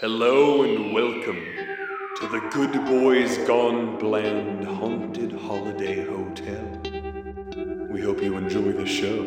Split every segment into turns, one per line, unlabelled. Hello and welcome to the Good Boys Gone Bland Haunted Holiday Hotel. We hope you enjoy the show.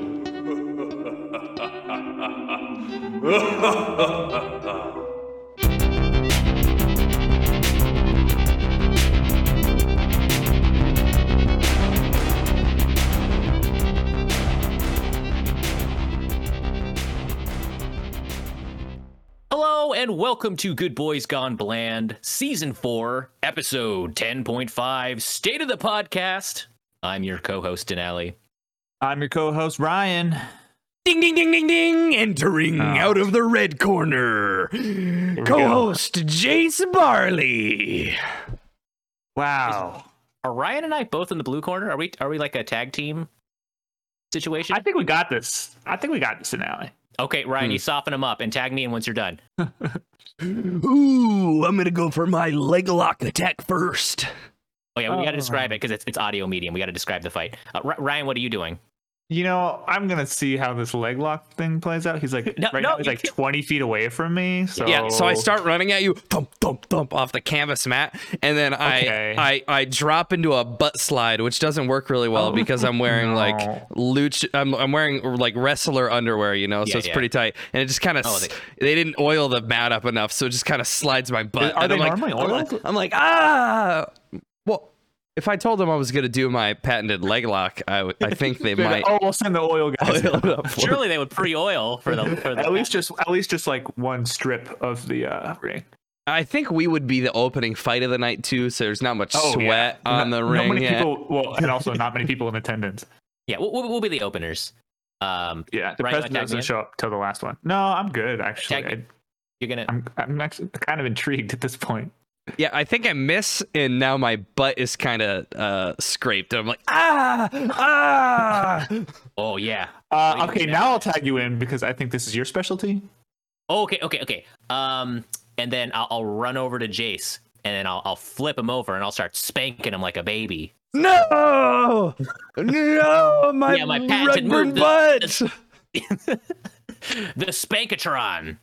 Hello and welcome to Good Boys Gone Bland, Season 4, Episode 10.5, State of the Podcast. I'm your co host, Denali.
I'm your co-host Ryan. Oh.
Ding ding ding ding ding! Entering out of the red corner, co-host Jace Barley.
Wow.
Are Ryan and I both in the blue corner? Are we are we like a tag team situation?
think we got this. I think we got this finale.
okay, Ryan, you soften them up and tag me in once you're done.
Ooh, I'm gonna go for my leg lock attack first.
Oh, yeah, we got to
Oh.
describe it because it's, it's audio medium. We got to describe the fight. Uh, R- Ryan, what are you doing?
You know, I'm gonna see how this leg lock thing plays out. He's like
No,
right
no,
now he's
you
like
can't-
20 feet away from me. So
Yeah, so I start running at you, thump thump thump off the canvas mat, and then I
Okay.
I I drop into a butt slide, which doesn't work really well because I'm wearing like
Oh, no.
luch I'm, I'm wearing like wrestler underwear, you know, so
Yeah,
it's
yeah.
pretty tight, and it just kind of
Oh,
they, didn't oil the mat up enough, so it just kind of slides my butt.
Are
and
they
I'm like,
normally
I'm like-
oiled?
I'm like ah, well. If I told them I was gonna do my patented leg lock, I, would- I think they might.
Oh, we'll send the oil guys.
oil it up for
Surely they would pre oil for the. For the
at least just at least just like one strip of the uh ring.
I think we would be the opening fight of the night too, so there's not much
Oh, yeah.
sweat on
Not-
the
not
ring.
many
yet.
people well and also not many people in attendance.
yeah, we'll, we'll, we'll be the openers. Um,
Yeah. The
Right,
president
attack me
doesn't
in.
show up till the last one. No, I'm good actually.
Attack
I,
you're going to.
I'm I'm actually kind of intrigued at this point.
Yeah, I think I miss, and now my butt is kind of uh, scraped. I'm like, ah, ah.
Oh, yeah.
Uh,
Please,
okay,
yeah.
now I'll tag you in because I think this is your specialty.
Okay, okay, okay. Um, and then I'll, I'll run over to Jace, and then I'll, I'll flip him over, and I'll start spanking him like a baby.
no, no, my,
Yeah,
yeah,
my patented
Redburn
move that-
butt.
The spankatron.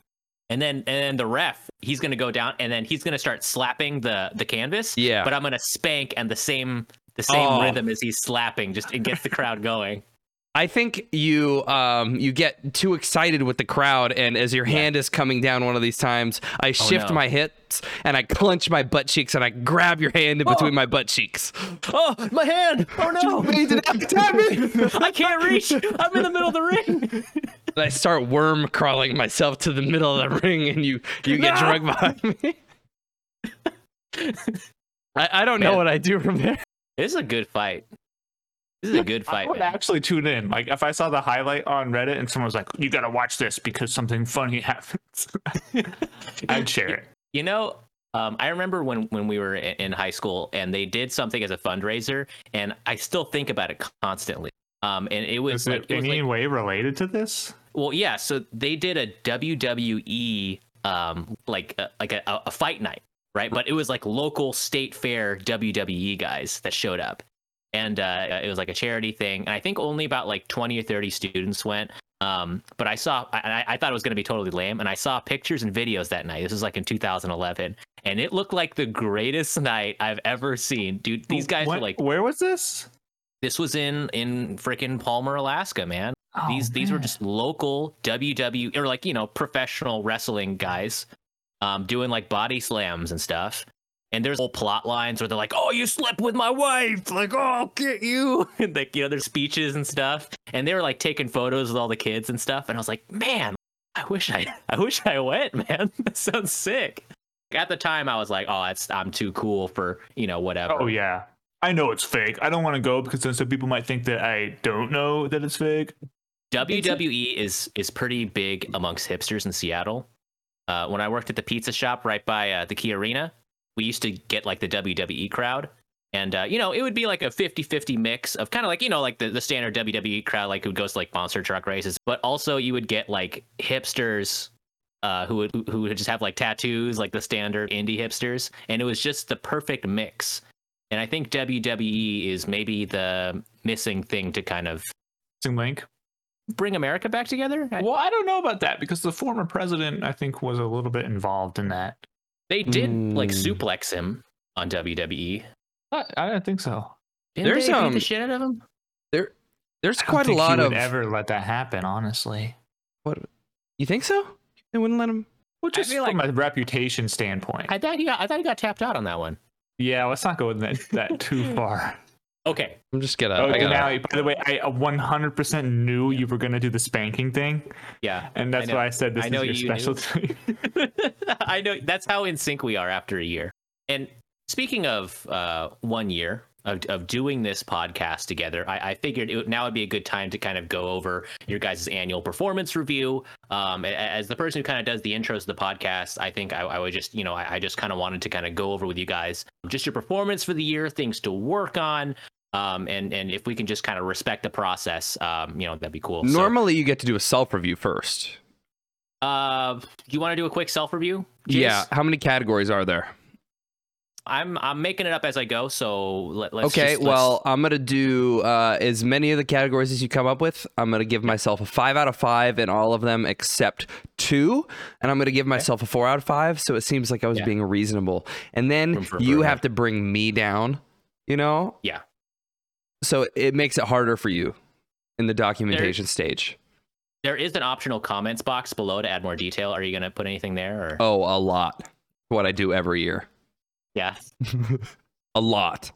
And then and then the ref, he's gonna go down, and then he's gonna start slapping the the canvas.
Yeah.
But I'm gonna spank and the same the same
Oh.
rhythm as he's slapping, just it gets the crowd going.
I think you um you get too excited with the crowd, and as your hand is coming down one of these times,
Oh,
I shift
no.
my hips and I clench my butt cheeks and I grab your
Oh.
hand in between my butt cheeks.
Oh, my hand! Oh no! I can't reach! I'm in the middle of the ring.
And I start worm crawling myself to the middle of the ring, and you you get
No.
dragged behind me. I, I don't know
Man.
what I do from there.
This is a good fight. This is a good
I
fight.
would
man.
actually tune in. Like if I saw the highlight on Reddit and someone was like, "You gotta watch this because something funny happens," I'd share it.
You know, um, I remember when when we were i- in high school and they did something as a fundraiser, and I still think about it constantly. Um, and it was,
Is it
like, it was
in
like-
any way related to this?
well, yeah. So they did a WWE um, like a, like a, a fight night, right? But it was like local state fair WWE guys that showed up, and uh, it was like a charity thing. And I think only about like twenty or thirty students went. Um, but I saw, I- I, I thought it was going to be totally lame, and I saw pictures and videos that night. This was like in 2011, and it looked like the greatest night I've ever seen, dude. These guys
What-
were like,
"Where was this?"
this was in in freaking Palmer, Alaska, man
Oh,
these these were
man.
just local WWE or like you know professional wrestling guys um, doing like body slams and stuff. And there's whole plot lines where they're like, "Oh, you slept with my wife!" Like, "Oh, I'll get you!" And like, you know, their speeches and stuff. And they were like taking photos with all the kids and stuff. And I was like, "Man, I wish I, I wish I went, man. that sounds sick." At the time, I was like, "Oh, that's I'm too cool for you know whatever."
Oh yeah, I know it's fake. I don't want to go because then some people might think that I don't know that it's fake.
WWE E is is pretty big amongst hipsters in Seattle. Uh, when I worked at the pizza shop right by uh, the Key Arena, we used to get like the WWE crowd. And, uh, you know, it would be like a 50 50 mix of kind of like, you know, like the, the standard WWE crowd, like who goes to like monster truck races. But also you would get like hipsters uh, who, would, who- who would just have like tattoos, like the standard indie hipsters. And it was just the perfect mix. And I E think WWE is maybe the missing thing to kind of
Link.
bring America back together? I-
Well, I don't know about that because the former president, I think, was a little bit involved in that.
They did like
Mm.
suplex him on WWE.
I, I don't think so.
Didn't
There's,
they beat
um,
the shit out of him?
There's
I don't
quite a
think he
lot
would
of.
ever let that happen, honestly.
You think so? They wouldn't let him.
Well,
I
just
feel
from a reputation standpoint.
I thought he got, I thought he got tapped out on that one.
yeah, let's not go with that, that too far.
Okay,
I'm just gonna.
Oh,
I gotta-
now, by the way, I uh, 100% knew you were going to do the spanking thing,
yeah,
and that's
know.
why I said this
I know
is
you
your
knew.
specialty.
I know that's how in sync we are after a year. And speaking of uh, one year of, of doing this podcast together, I, I figured it would, now would be a good time to kind of go over your guys' annual performance review. Um, a- a- as the person who kind of does the intros to the podcast, I think I, I would just, you know, I, I just kind of wanted to kind of go over with you guys just your performance for the year, things to work on. Um, and, and if we can just kind of respect the process, um, you know, that'd be cool. So,
Normally, you get to do a self review first.
uh, you want to do a quick self review?
Yeah. How many categories are there?
I'm I'm making it up as I go, so let, let's
okay.
just- let's-
well, I'm gonna do uh, as many of the categories as you come up with. I'm gonna give myself a five out of five in all of them except two, and I'm gonna give myself a four out of five. So it seems like I was
Yeah.
being reasonable. And then
Room for
you
improvement.
have to bring me down. You know.
Yeah.
So it makes it harder for you in the documentation stage.
there is an optional comments box below to add more detail. Are you gonna put anything there or
Oh, a lot. What I do every year.
yeah?
a lot.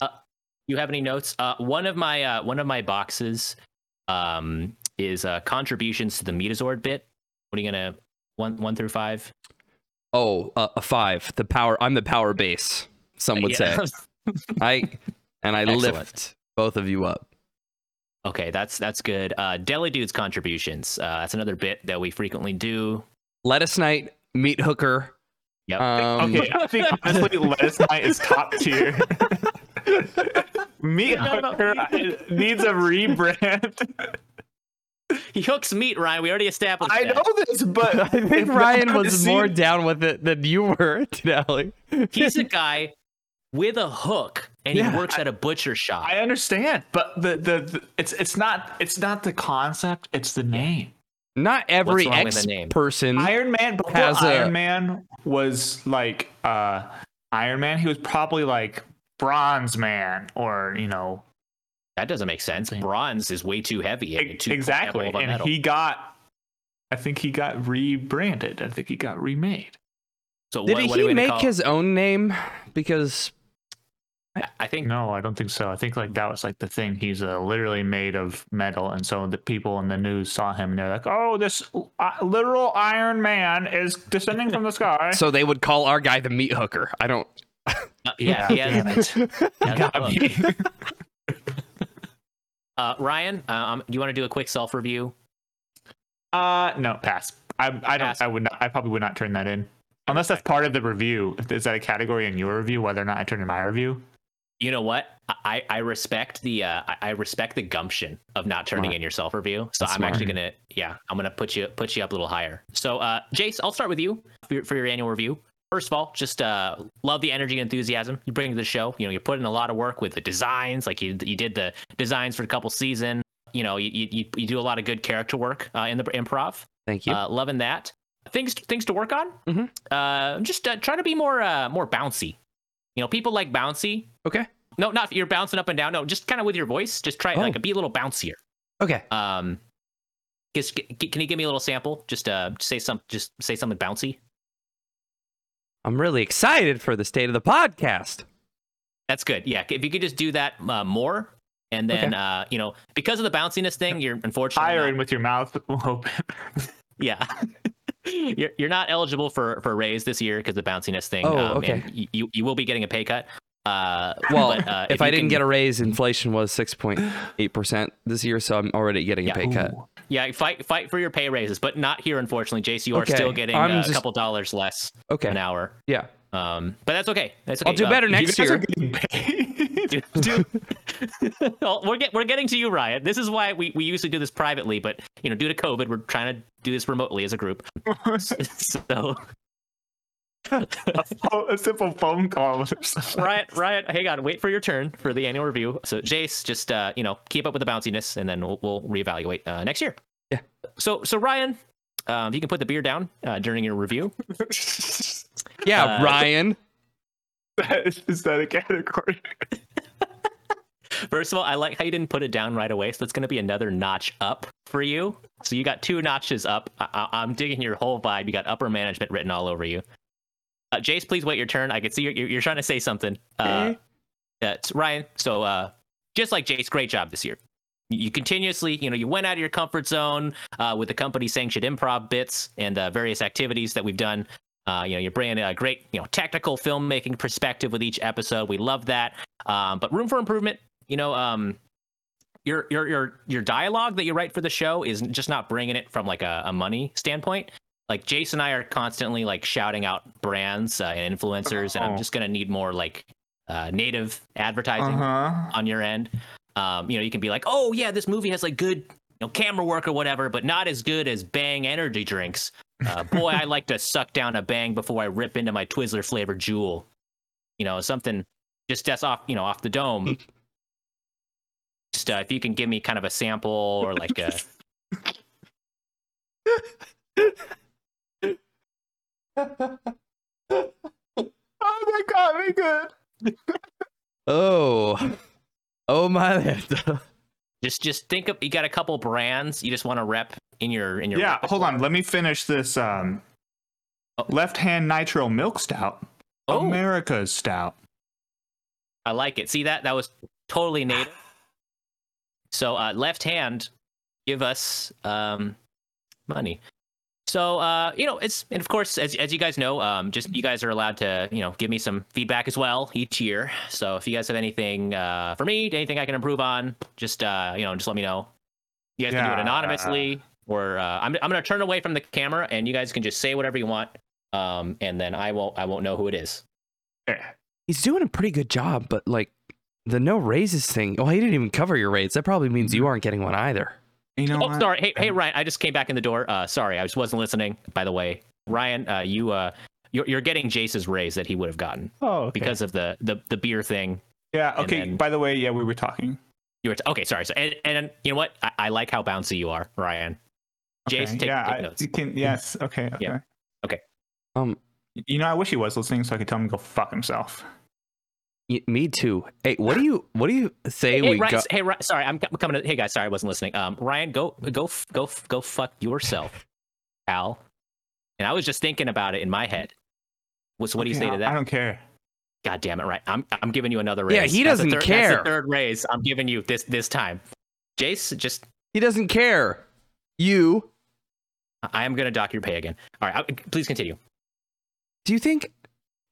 You have any notes? Uh, one of my uh, one of my boxes um, is uh, contributions to the Metazord bit. What are you gonna one one through five?
Oh, uh, a five. The power. I'm the power base. Some would
Uh, Yeah.
say. I and I
Excellent.
lift both of you up.
okay, that's that's good. Uh, Deli dude's contributions. Uh, that's another bit that we frequently do.
Lettuce night, meat hooker.
Yep.
Um,
okay, I think honestly, lettuce night is top tier. Meat Hooker needs a rebrand.
He hooks meat, Ryan. We already established.
I
that.
know this, but
I think
if
Ryan
nobody
was
seen-
more down with it than you were, Denali.
he's a guy with a hook, and
Yeah,
he works at a butcher shop.
I understand, but the, the the it's it's not it's not the concept, it's the name.
Not every
wrong with
ex
the name?
person.
Iron Man before
Mm-hmm. Has a-
Iron Man was like uh Iron Man, he was probably like Bronze Man or you know
That doesn't make sense. Bronze is way too heavy. and
ex-
too
e, exactly.
full of a
And
metal.
he got I think he got rebranded. I think he got remade.
so
Did
what, what are
he
we gonna
make
call-
his own name? Because
I- I think
No, I don't think so. I think like that was like the thing. He's uh, literally made of metal, and so the people in the news saw him, and they're like, "Oh, this uh, literal Iron Man is descending from the sky."
so they would call our guy the meat hooker. I don't.
uh, yeah,
Yeah,
he has- he has a hook. Uh, Ryan, uh, um, do you want to do a quick self review?
uh, no, pass. I, I don't.
Pass.
I would. Not, I probably would not turn that in, unless that's part of the review. Is that a category in your review? Whether or not I turn in my review?
You know what? I, I I respect the uh, I- I respect the gumption of not turning
Smart.
in your self review. So
That's
I'm
smart.
actually gonna yeah I'm gonna put you put you up a little higher. So uh, Jace, I'll start with you for your, for your annual review. First of all, just uh, love the energy and enthusiasm you bring to the show. You know, you put in a lot of work with the designs, like you you did the designs for a couple season. You know, you you, you do a lot of good character work uh, in the improv.
Thank you.
Uh, loving that. Things things to work on.
Mm-hmm.
Mhm.
Uh, just uh, try to be more uh, more bouncy. You know, people like bouncy.
okay.
No, not you're bouncing up and down. No, just kind of with your voice. Just try
Oh.
like be a little bouncier.
Okay.
Um, just, g- g- can you give me a little sample? Just uh, say some. Just say something bouncy.
I'm really excited for the state of the podcast.
That's good. Yeah, if you could just do that uh, more, and then
Okay.
uh, you know, because of the bounciness thing, you're unfortunately
Higher
not-
in with your mouth open.
Yeah. You're, you're not eligible for, for a raise this year because the bounciness thing.
Oh,
um,
okay.
and y- You, you will be getting a pay cut. Uh,
Well,
but, uh,
if, I
you
didn't
can-
get a raise, inflation was 6.8% this year, so I'm already getting
Yeah.
a pay cut.
Ooh.
yeah, fight fight for your pay raises, but not here, unfortunately, Jace. You are
Okay,
still getting
I'm
uh,
just-
a couple dollars less
Okay.
an hour.
Yeah.
Um, but that's okay. That's okay.
I'll do
Uh,
better
You
next
guys are
year.
getting paid.
do- do- Oh, we're get, we're getting to you, Ryan. This is why we, we usually do this privately, but you know, due to COVID, we're trying to do this remotely as a group. so,
Oh, a simple phone call. or something.
Ryan, Ryan, hang on, wait for your turn for the annual review. So, Jace, just uh, you know, keep up with the bounciness, and then we'll, we'll reevaluate uh, next year.
Yeah.
So so Ryan, um, you can put the beer down uh, during your review.
Yeah,
Uh,
Ryan.
That is, is that a category?
First of all, I like how you didn't put it down right away, so that's going to be another notch up for you. So you got two notches up. I- I- I'm digging your whole vibe. You got upper management written all over you. Uh, Jace, please wait your turn. I can see you're, you're, you're trying to say something. Uh, uh, it's Ryan, so uh, just like Jace, great job this year. You you continuously, you know, you went out of your comfort zone uh, with the company sanctioned improv bits and uh, various activities that we've done. Uh, you know, you're bringing a great, you know, technical filmmaking perspective with each episode. We love that. Um, but room for improvement you know um your your your your dialogue that you write for the show is just not bringing it from like a, a money standpoint like jace and i are constantly like shouting out brands uh, and influencers and i'm
Oh.
just gonna need more like uh, native advertising
Uh-huh.
on your end um you know you can be like oh yeah this movie has like good you know, camera work or whatever but not as good as bang energy drinks uh, boy i like to suck down a bang before i rip into my twizzler flavored jewel you know something just that's off you know off the dome just uh, if you can give me kind of a sample or like a
Oh, that got me good.
Oh. Oh my land.
just just think of you got a couple brands you just want to rep in your in your
Yeah,
repertoire.
hold on. Let me finish this. Um,
Oh.
left hand nitro milk stout.
oh
America's stout.
i like it see that that was totally native so uh left hand give us um money so uh you know it's and of course as as you guys know um just you guys are allowed to you know give me some feedback as well each year so if you guys have anything uh for me anything i can improve on just uh you know just let me know you guys can do
Yeah.
it anonymously or uh, I'm, I'm gonna turn away from the camera and you guys can just say whatever you want um and then i won't i won't know who it is
Eh.
He's doing a pretty good job, but like the no raises thing. Oh, he didn't even cover your rates. That probably means
Mm-hmm.
you aren't getting one either.
You know
Oh,
what?
sorry. Hey, hey, Ryan. I just came back in the door. Uh, sorry, I just wasn't listening. By the way, Ryan, uh, you uh, you're, you're getting Jace's raise that he would have gotten
Oh, okay.
because of the the the beer thing.
yeah.
and
Okay.
then-
By the way, yeah, we were talking.
You were t- okay. Sorry. So and, and you know what? I, I like how bouncy you are, Ryan.
Okay,
Jace, take,
yeah,
take
I-
notes.
You can, yes. Okay. Okay.
Yeah. Okay.
Um,
You know, I wish he was listening so I could tell him to go fuck himself.
Y- me too. Hey, what do you what do you
Hey,
say we
Ryan,
go?
hey, Ryan, sorry, I'm com- coming. To, hey, guys, sorry, I wasn't listening. Um, Ryan, go, go, f- go, f- go, fuck yourself, pal. And I was just thinking about it in my head. Well, So what do you
Okay,
say to
I-
that?
I don't care.
God damn it, right? I'm I'm giving you another raise.
Yeah, he
That's the
doesn't
third-
care.
That's the third raise I'm giving you this this time. Jace, just
He doesn't care. You
I am gonna dock your pay again. All right, I, please continue.
do you think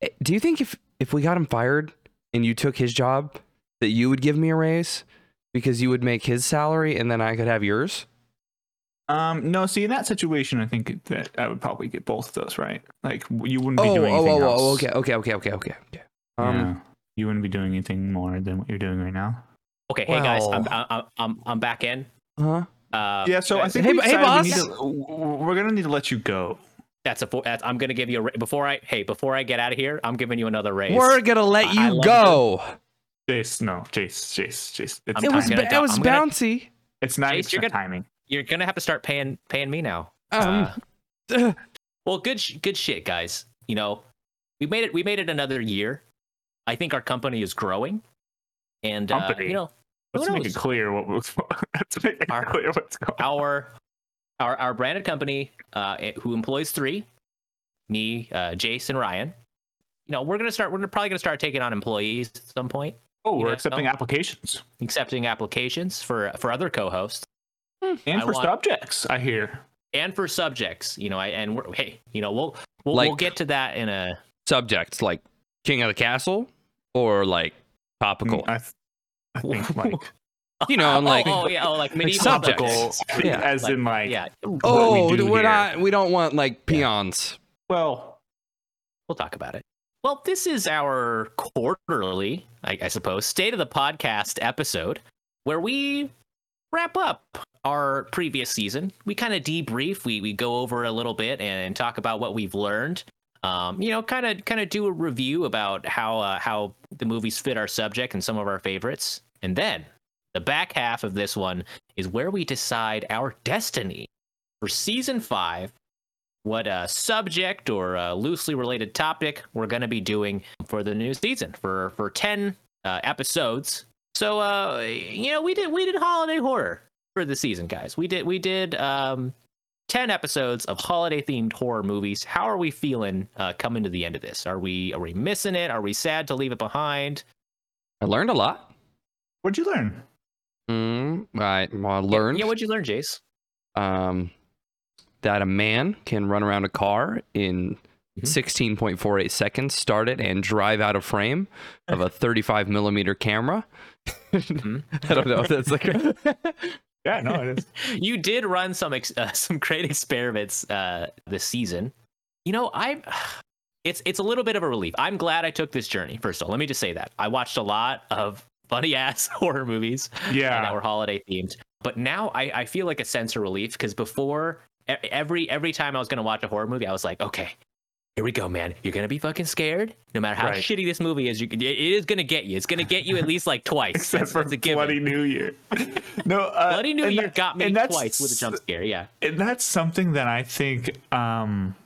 eh, do you think if if we got him fired and you took his job that you would give me a raise because you would make his salary and then I could have yours?
Um, no, see, in that situation, I think that I would probably get both of those, right? Like, w- you wouldn't be
Oh,
doing
oh,
anything
oh,
else.
oh, okay, okay, okay, okay, okay. okay. Um,
Yeah. you wouldn't be doing anything more than what you're doing right now.
Okay, hey guys, I'm
Well-
I'm I'm, I'm back in.
huh?
Uh,
yeah, so I
guys,
think
Hey,
we
b- hey,
decided we
boss.
need to- w- w- we're gonna need to let you go.
that's a four, that's, I'm gonna give you a ra- before I hey before I get out of here, I'm giving you another raise.
We're gonna
I-
let
I
you
love
go.
Jace, no, Jace, Jace, Jace. It's
I'm
It was
gonna
timing.
ba-
do-
it was
I'm gonna-
bouncy.
It's not
Jace, you're
even timing.
You're gonna have to start paying paying me now.
Um, uh,
Well, good, sh- good shit, guys. You know, we made it. We made it another year. I think our company is growing, and uh,
Company?
you know, who
Let's make
knows?
it clear what. Let's make it
Our-
clear what's going. on.
our our our branded company uh, it- who employs three me uh, jace and ryan you know we're gonna start we're probably gonna start taking on employees at some point
Oh, we're
know,
accepting
no.
applications
accepting applications for for other co-hosts
and
I
for
want-
subjects. I hear.
and for subjects you know I, and we're hey you know we'll we'll, we'll
Like-
get to that in a
subjects like King of the Castle or like topical.
Mm, I, th- I think like
you know,
oh,
and like
oh, yeah oh like medieval
subjects.
goal.
Yeah,
as in like.
yeah
Oh,
what we do
we
here.
are not. We don't want like peons.
Well,
we'll talk about it well this is our quarterly I, I suppose state of the podcast episode where we wrap up our previous season. We kind of debrief. We we go over a little bit and talk about what we've learned. Um, you know, kind of kind of do a review about how uh, how the movies fit our subject and some of our favorites. And then the back half of this one is where we decide our destiny for season five what uh, subject or uh, loosely related topic we're going to be doing for the new season for for 10 uh, episodes so uh you know we did we did holiday horror for the season guys we did we did um 10 episodes of holiday themed horror movies how are we feeling uh coming to the end of this are we are we missing it are we sad to leave it behind
I learned a lot.
What'd you learn?
Mm, I, well, I learned
yeah what'd you learn jace
um, that a man can run around a car in
Mhm.
16.48 seconds, start it, and drive out of frame of a 35 millimeter camera. I don't know if that's like a,
Yeah, no, it is.
you did run some ex- uh, some great experiments uh, this season. You know, I it's it's a little bit of a relief. I'm glad I took this journey. First of all, let me just say that I watched a lot of funny ass horror movies that
Yeah,
were holiday themed. But now I, I feel like a sense of relief because before e- every every time I was gonna watch a horror movie, I was like, okay, here we go, man. You're gonna be fucking scared, no matter how
Right.
shitty this movie is. You, it it is gonna get you. It's gonna get you at least like twice.
except
That's-
for
that's a given.
Bloody New Year. No, uh,
Bloody New
and
Year
that-
got me
and that's
twice with a jump scare. Yeah.
and that's something that I think um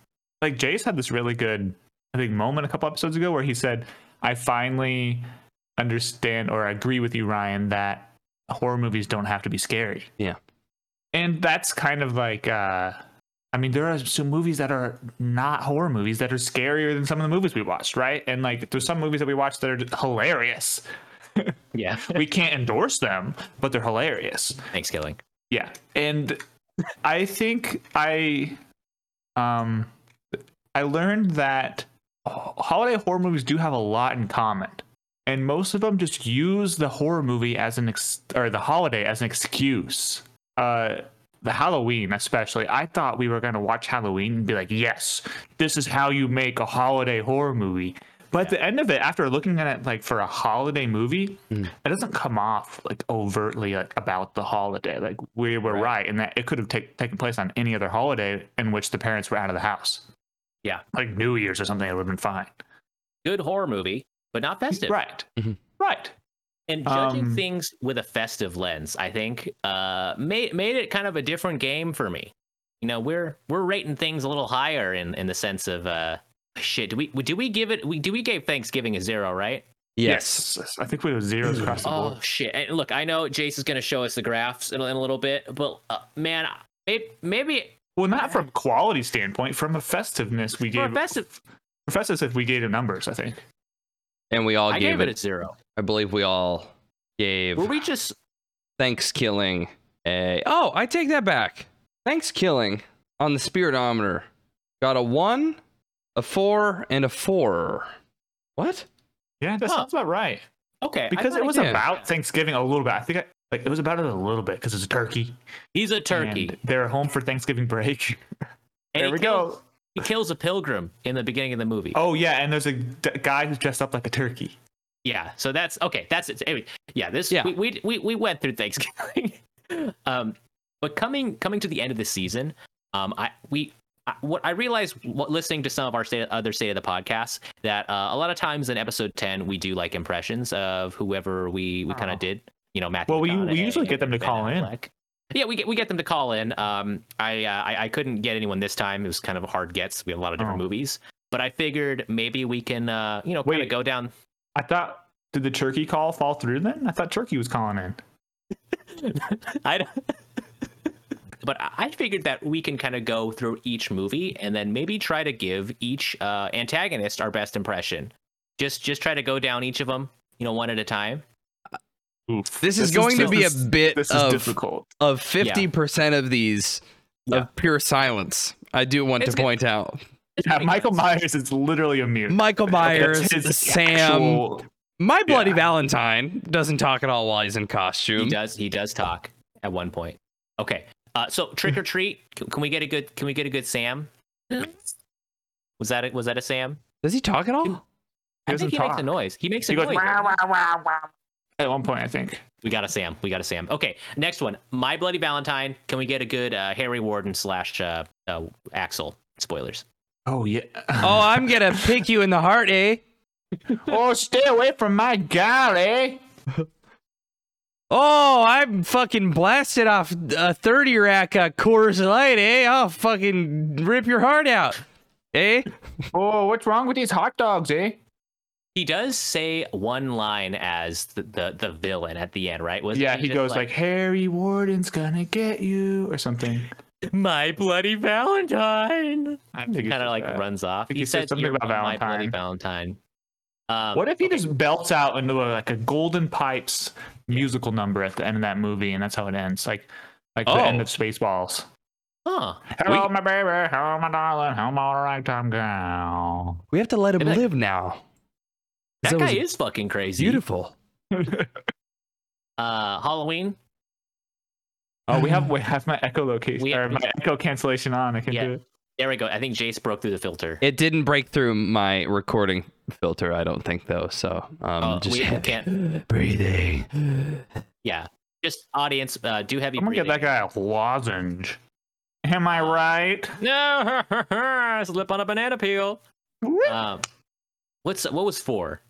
like Jace had this really good I think moment a couple episodes ago where he said I finally understand or agree with you Ryan that horror movies don't have to be scary.
Yeah.
And that's kind of like uh I mean there are some movies that are not horror movies that are scarier than some of the movies we watched, right? And like there's some movies that we watched that are just hilarious.
Yeah.
we can't endorse them, but they're hilarious.
Thanks, Killing.
Yeah. And I think I um I learned that holiday horror movies do have a lot in common. And most of them just use the horror movie as an ex- or the holiday as an excuse. Uh the Halloween especially. I thought we were going to watch Halloween and be like, "Yes, this is how you make a holiday horror movie." But at the end of it, after looking at it like for a holiday movie, it doesn't come off like overtly like about the holiday. Like we were
Right.
right, in that it could have take, taken place on any other holiday in which the parents were out of the house.
Yeah.
like New Year's or something, it would have been fine.
Good horror movie, but not festive. Mm-hmm.
Right,
Mhm.
right.
And judging
Um,
things with a festive lens, I think, uh, made made it kind of a different game for me. You know, we're we're rating things a little higher in in the sense of uh, shit. Do we do we give it? We do we gave Thanksgiving a zero, right?
yes.
I think we were zeros across the board.
Oh shit! And look, I know Jace is gonna show us the graphs in, a- in a little bit, but uh, man, maybe, maybe
Well, not from quality standpoint, from a festiveness, we
for
gave
a festive,
for festiveness we gave it numbers. I think.
And we all
I
gave, it,
a zero.
I believe we all gave
Were we just
thanks killing a. Oh, I take that back. Thanks killing on the spiritometer got a one, a four, and a four. What?
Yeah, that
Huh.
sounds about right.
okay? I
Because
thought
it
I
was
did.
about Thanksgiving a little bit. I think I, like it was about it a little bit because it's a turkey.
He's a turkey.
and they're home for Thanksgiving break.
And
there
he
we
kills-
go.
He kills a pilgrim in the beginning of the movie.
Oh yeah, and there's a d- guy who's dressed up like a turkey.
Yeah, so that's okay. That's it. Anyway, yeah, this
Yeah.
We, we we we went through Thanksgiving. um, but coming coming to the end of the season, um, I we. I, what I realized what, listening to some of our state, other state of the podcasts that uh, a lot of times in episode ten we do like impressions of whoever we, we kind
Oh.
of did you know Matthew.
Well, we- we
McConaughey
usually get them to
and
call
Ben
in.
Affleck. Yeah, we get we get them to call in. Um, I, uh, I I couldn't get anyone this time. It was kind of a hard gets. We had a lot of different
Oh.
movies, but I figured maybe we can uh, you know kind of
Wait.
go down
I thought did the turkey call fall through then? I thought turkey was calling in.
I don't- but I I figured that we can kind of go through each movie and then maybe try to give each uh, antagonist our best impression. Just just try to go down each of them, you know, one at a time.
Oof.
This is going to be a bit
This is
of-
difficult.
of 50% of these
Yeah.
of pure silence. I do want
It's
to
good.
point out
Yeah, Michael Myers is literally a mute.
Michael Myers,
That's his
Sam,
actual-
my bloody
yeah.
Valentine doesn't talk at all while he's in
He
costume.
does he does talk at one point. Okay. Uh, so trick or treat, can, can we get a good can we get a good Sam? Was that a, was that a Sam?
Does he talk at all?
He
I think
doesn't
he makes a
talk.
noise. He makes a
He goes
noise.
"Wah, wah, wah, wah," at one point. I think.
We got a Sam. We got a Sam. Okay, next one. My Bloody Valentine. Can we get a good uh, Harry Warden slash uh, uh, Axel? Spoilers.
Oh yeah.
Oh, I'm gonna pick you in the heart, eh?
oh, stay away from my gal, eh?
Oh, I'm fucking blasted off a 30 rack of Coors Light, eh? I'll fucking rip your heart out, eh?
Oh, what's wrong with these hot dogs, eh?
He does say one line as the the, the villain at the end, right? Was
Yeah, he goes like, Harry Warden's gonna get you or something.
"My bloody Valentine."
I think
Kind of like runs off.
think
he
he said
said
something
"You're
about
my bloody Valentine. Um,
What if he just belts out into like a Golden Pipes musical number at the end of that movie, and that's how it ends, like like the end
Oh.
of Spaceballs.
Huh?
Hello, my baby. Hello, my darling. Hello, my ragtime girl.
We have to let him
And I-
live now.
That
That
guy
was
is fucking crazy.
Beautiful.
Uh, Halloween.
Oh, we have we have my echolocation
We-
or my echo cancellation on. I can
Yeah.
do it.
There we go. I think Jace broke through the filter.
It didn't break through my recording filter, I don't think, though. So um,
Uh,
Oh,
just
we can't-
breathing.
yeah. Just audience, uh, do heavy
I'm gonna get that guy a lozenge. Am I
Oh.
right?
No, slip on a banana peel. Um, what's what was four?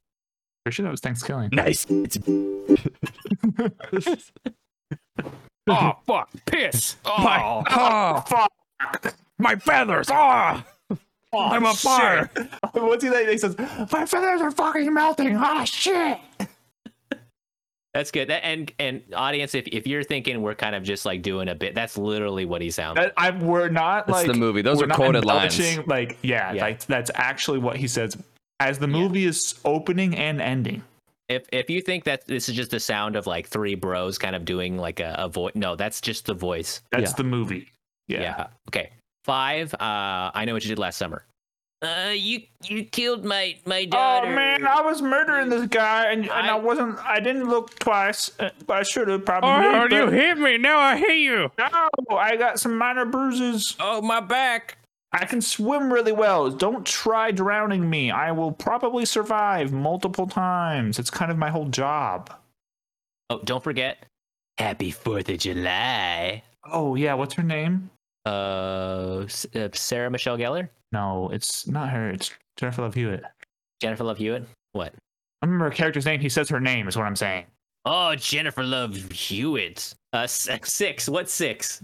For sure, that was Thanksgiving.
Nice. It's
Oh fuck! Piss! Oh, my,
oh,
feathers! Ah! I'm a fire!
What's he like? He says, "My feathers are fucking melting." Ah, shit.
That's good. That, and and audience, if, if you're thinking we're kind of just like doing a bit, that's literally what he sounds.
That, I, we're not
That's
like
the movie. Those
we're
are
not
quoted lines.
embellishing, Like, yeah,
Yeah.
like that's actually what he says. As the movie is opening and ending,
If if you think that this is just the sound of like three bros kind of doing like a, a voice, no, that's just the voice.
that's
Yeah.
the movie. Yeah.
Yeah. Okay. Five. Uh, I know what you did last summer. Uh, you you killed my my
Oh
daughter.
man, I was murdering this guy, and, and I,
I-
wasn't. I didn't look twice. uh, I should have probably.
Oh,
but
you hit me! Now I hate you!
no, I got some minor bruises.
Oh my back.
I can swim really well. Don't try drowning me. I will probably survive multiple times. It's kind of my whole job.
Oh, don't forget. Happy Fourth of July.
Oh yeah, what's her name?
Uh, S- uh, Sarah Michelle Gellar,
No, it's not her. It's Jennifer Love Hewitt.
Jennifer Love Hewitt. What?
I remember her character's name. He says her name is what I'm saying.
Oh, Jennifer Love Hewitt. Uh, s- six. What six?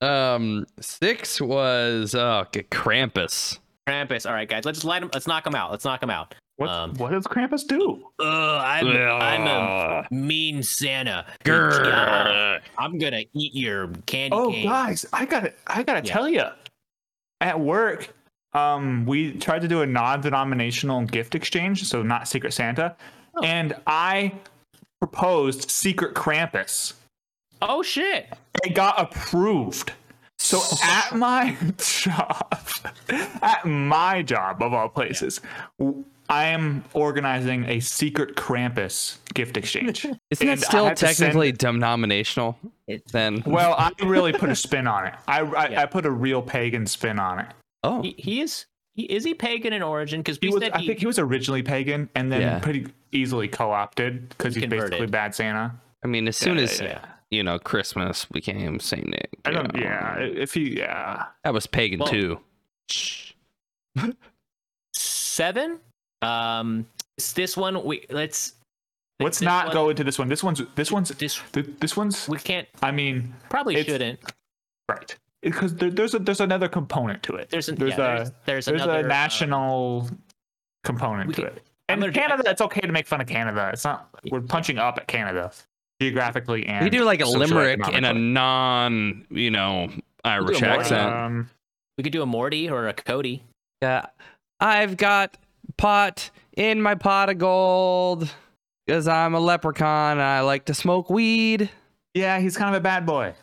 um, six was uh, Krampus.
Krampus. All right, guys. Let's light him. Let's knock him out. Let's knock him out.
What
Um,
what does Krampus do?
Ugh, I'm, I'm a mean Santa. Grr. I'm gonna eat your candy
Oh
cane.
guys, I gotta I gotta
Yeah.
tell you. At work, um, we tried to do a non-denominational gift exchange, so not Secret Santa,
Oh.
and I proposed Secret Krampus.
Oh shit!
It got approved. So at my job, at my job of all places, w- I am organizing a secret Krampus gift exchange.
Isn't
And
that
I
still
had to send-
technically denominational?
It's-
Then
Well, I really put a spin on it. I I, I put a real pagan spin on it.
oh,
He, he is. He, is he pagan in origin? Because
He
we
was,
said
I
he,
think he was originally pagan and then
Yeah.
pretty easily co-opted because he's
Converted.
basically bad Santa.
I mean, as soon as
yeah.
you know Christmas became Saint Nick,
I
you
don't.
know,
Yeah, if he. Yeah.
that was pagan
Well-
too.
seven. Um, s- this one we let's.
Let's
this
not
one-
go into this one. This one's. This one's.
This
This, this one's.
we can't.
I mean,
Probably
It's-
shouldn't.
right? Because there, there's a, there's another component to it.
There's an, yeah,
there's a-
there's, there's,
there's
another
a
uh,
national component
we
to
could-
it.
I'm
And
gonna-
Canada, it's okay to make fun of Canada. It's not we're punching up at Canada geographically and
We do like a limerick in a
socioeconomically.
non, you know, Irish
uh,
accent.
Um,
we could do a Morty or a Cody.
Yeah, I've got pot in my pot of gold because I'm a leprechaun and I like to smoke weed.
yeah, he's kind of a bad boy.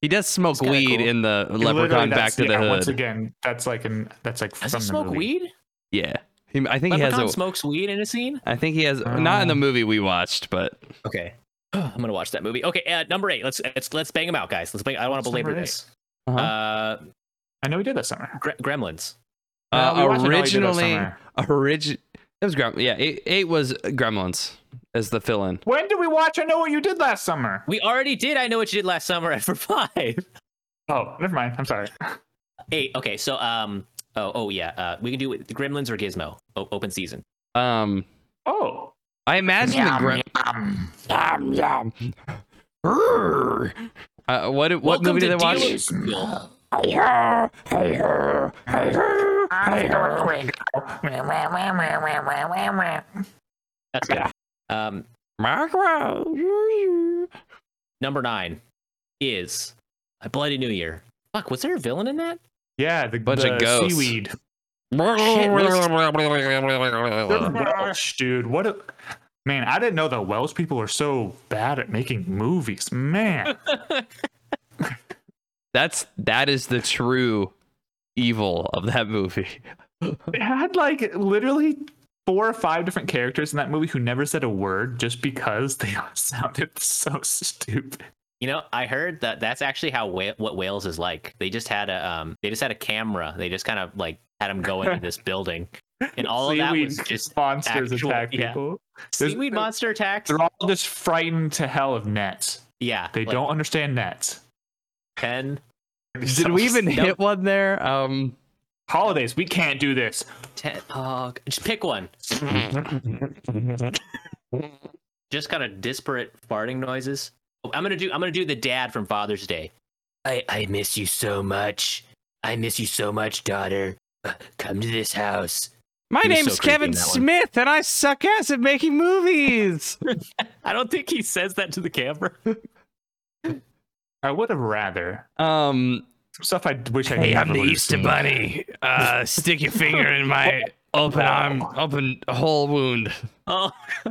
He does smoke
kinda
weed
cool.
in the
Literally,
Leprechaun Back
that's-
to the
yeah, Once
Hood.
again, that's like an that's like
Does
from
he
the
smoke
movie.
weed?
yeah, he, I think he has
Leprechaun
a.
smokes weed in a scene.
I think he has not in
Um,
the movie we watched, but
Okay. I'm gonna watch that movie. Okay, uh, number eight. Let's let's let's bang them out, guys. Let's bang. I don't want to
What's
belabor
number
this.
Uh-huh.
Uh,
I know we did that summer.
Gre- Gremlins.
Uh,
No, we watched it all you did that
originally,
summer.
origi- it was Gremlins. Yeah, eight, eight was Gremlins as the fill-in.
When did we watch? I know what you did last summer.
We already did. I know what you did last summer for five.
Oh, never mind. I'm sorry.
Eight. Okay. So um. Oh oh yeah. Uh, we can do it- Gremlins or Gizmo. O- open season.
Um,
Oh,
I imagine the Grem-
yum,
yum, yum.
Grrr.
Uh, what did- what
Welcome
movie
to
did they watch?
dealer school.
Hi-yah, hi-yah, hi-yah, hi-yah.
That's good. Um, number nine is a bloody new year. Fuck, was there a villain in that?
Yeah, the
Bunch
the
of ghosts.
seaweed. They're Welsh, dude. What? A, man, I didn't know that Welsh people are so bad at making movies. Man,
That's that is the true evil of that movie.
they had like literally four or five different characters in that movie who never said a word just because they sounded so stupid.
You know, I heard that that's actually how Wa- what Wales is like. They just had a um, they just had a camera. They just kind of like had them go into this building, and all of that was just
monsters
actual-
attack
yeah.
people. There's-
seaweed monster attacks.
They're all just frightened to hell of nets.
Yeah,
They
like
don't understand nets.
Ten.
Did we even hit one there? Um,
holidays? We can't do this.
Ten. Oh, g- just pick one. just kind of disparate farting noises. Oh, I'm gonna do. I'm gonna do the dad from Father's Day. I I miss you so much. I miss you so much, daughter. Uh, Come to this house.
my
He was so
name's
creepy in
Kevin
that one.
Smith, and I suck ass at making movies.
I don't think he says that to the camera.
I would have rather
um,
some stuff. I wish I
Hey,
never
I'm the
would've
Easter
seen.
Bunny. Uh, stick your finger in my.
open arm, open hole wound
Oh,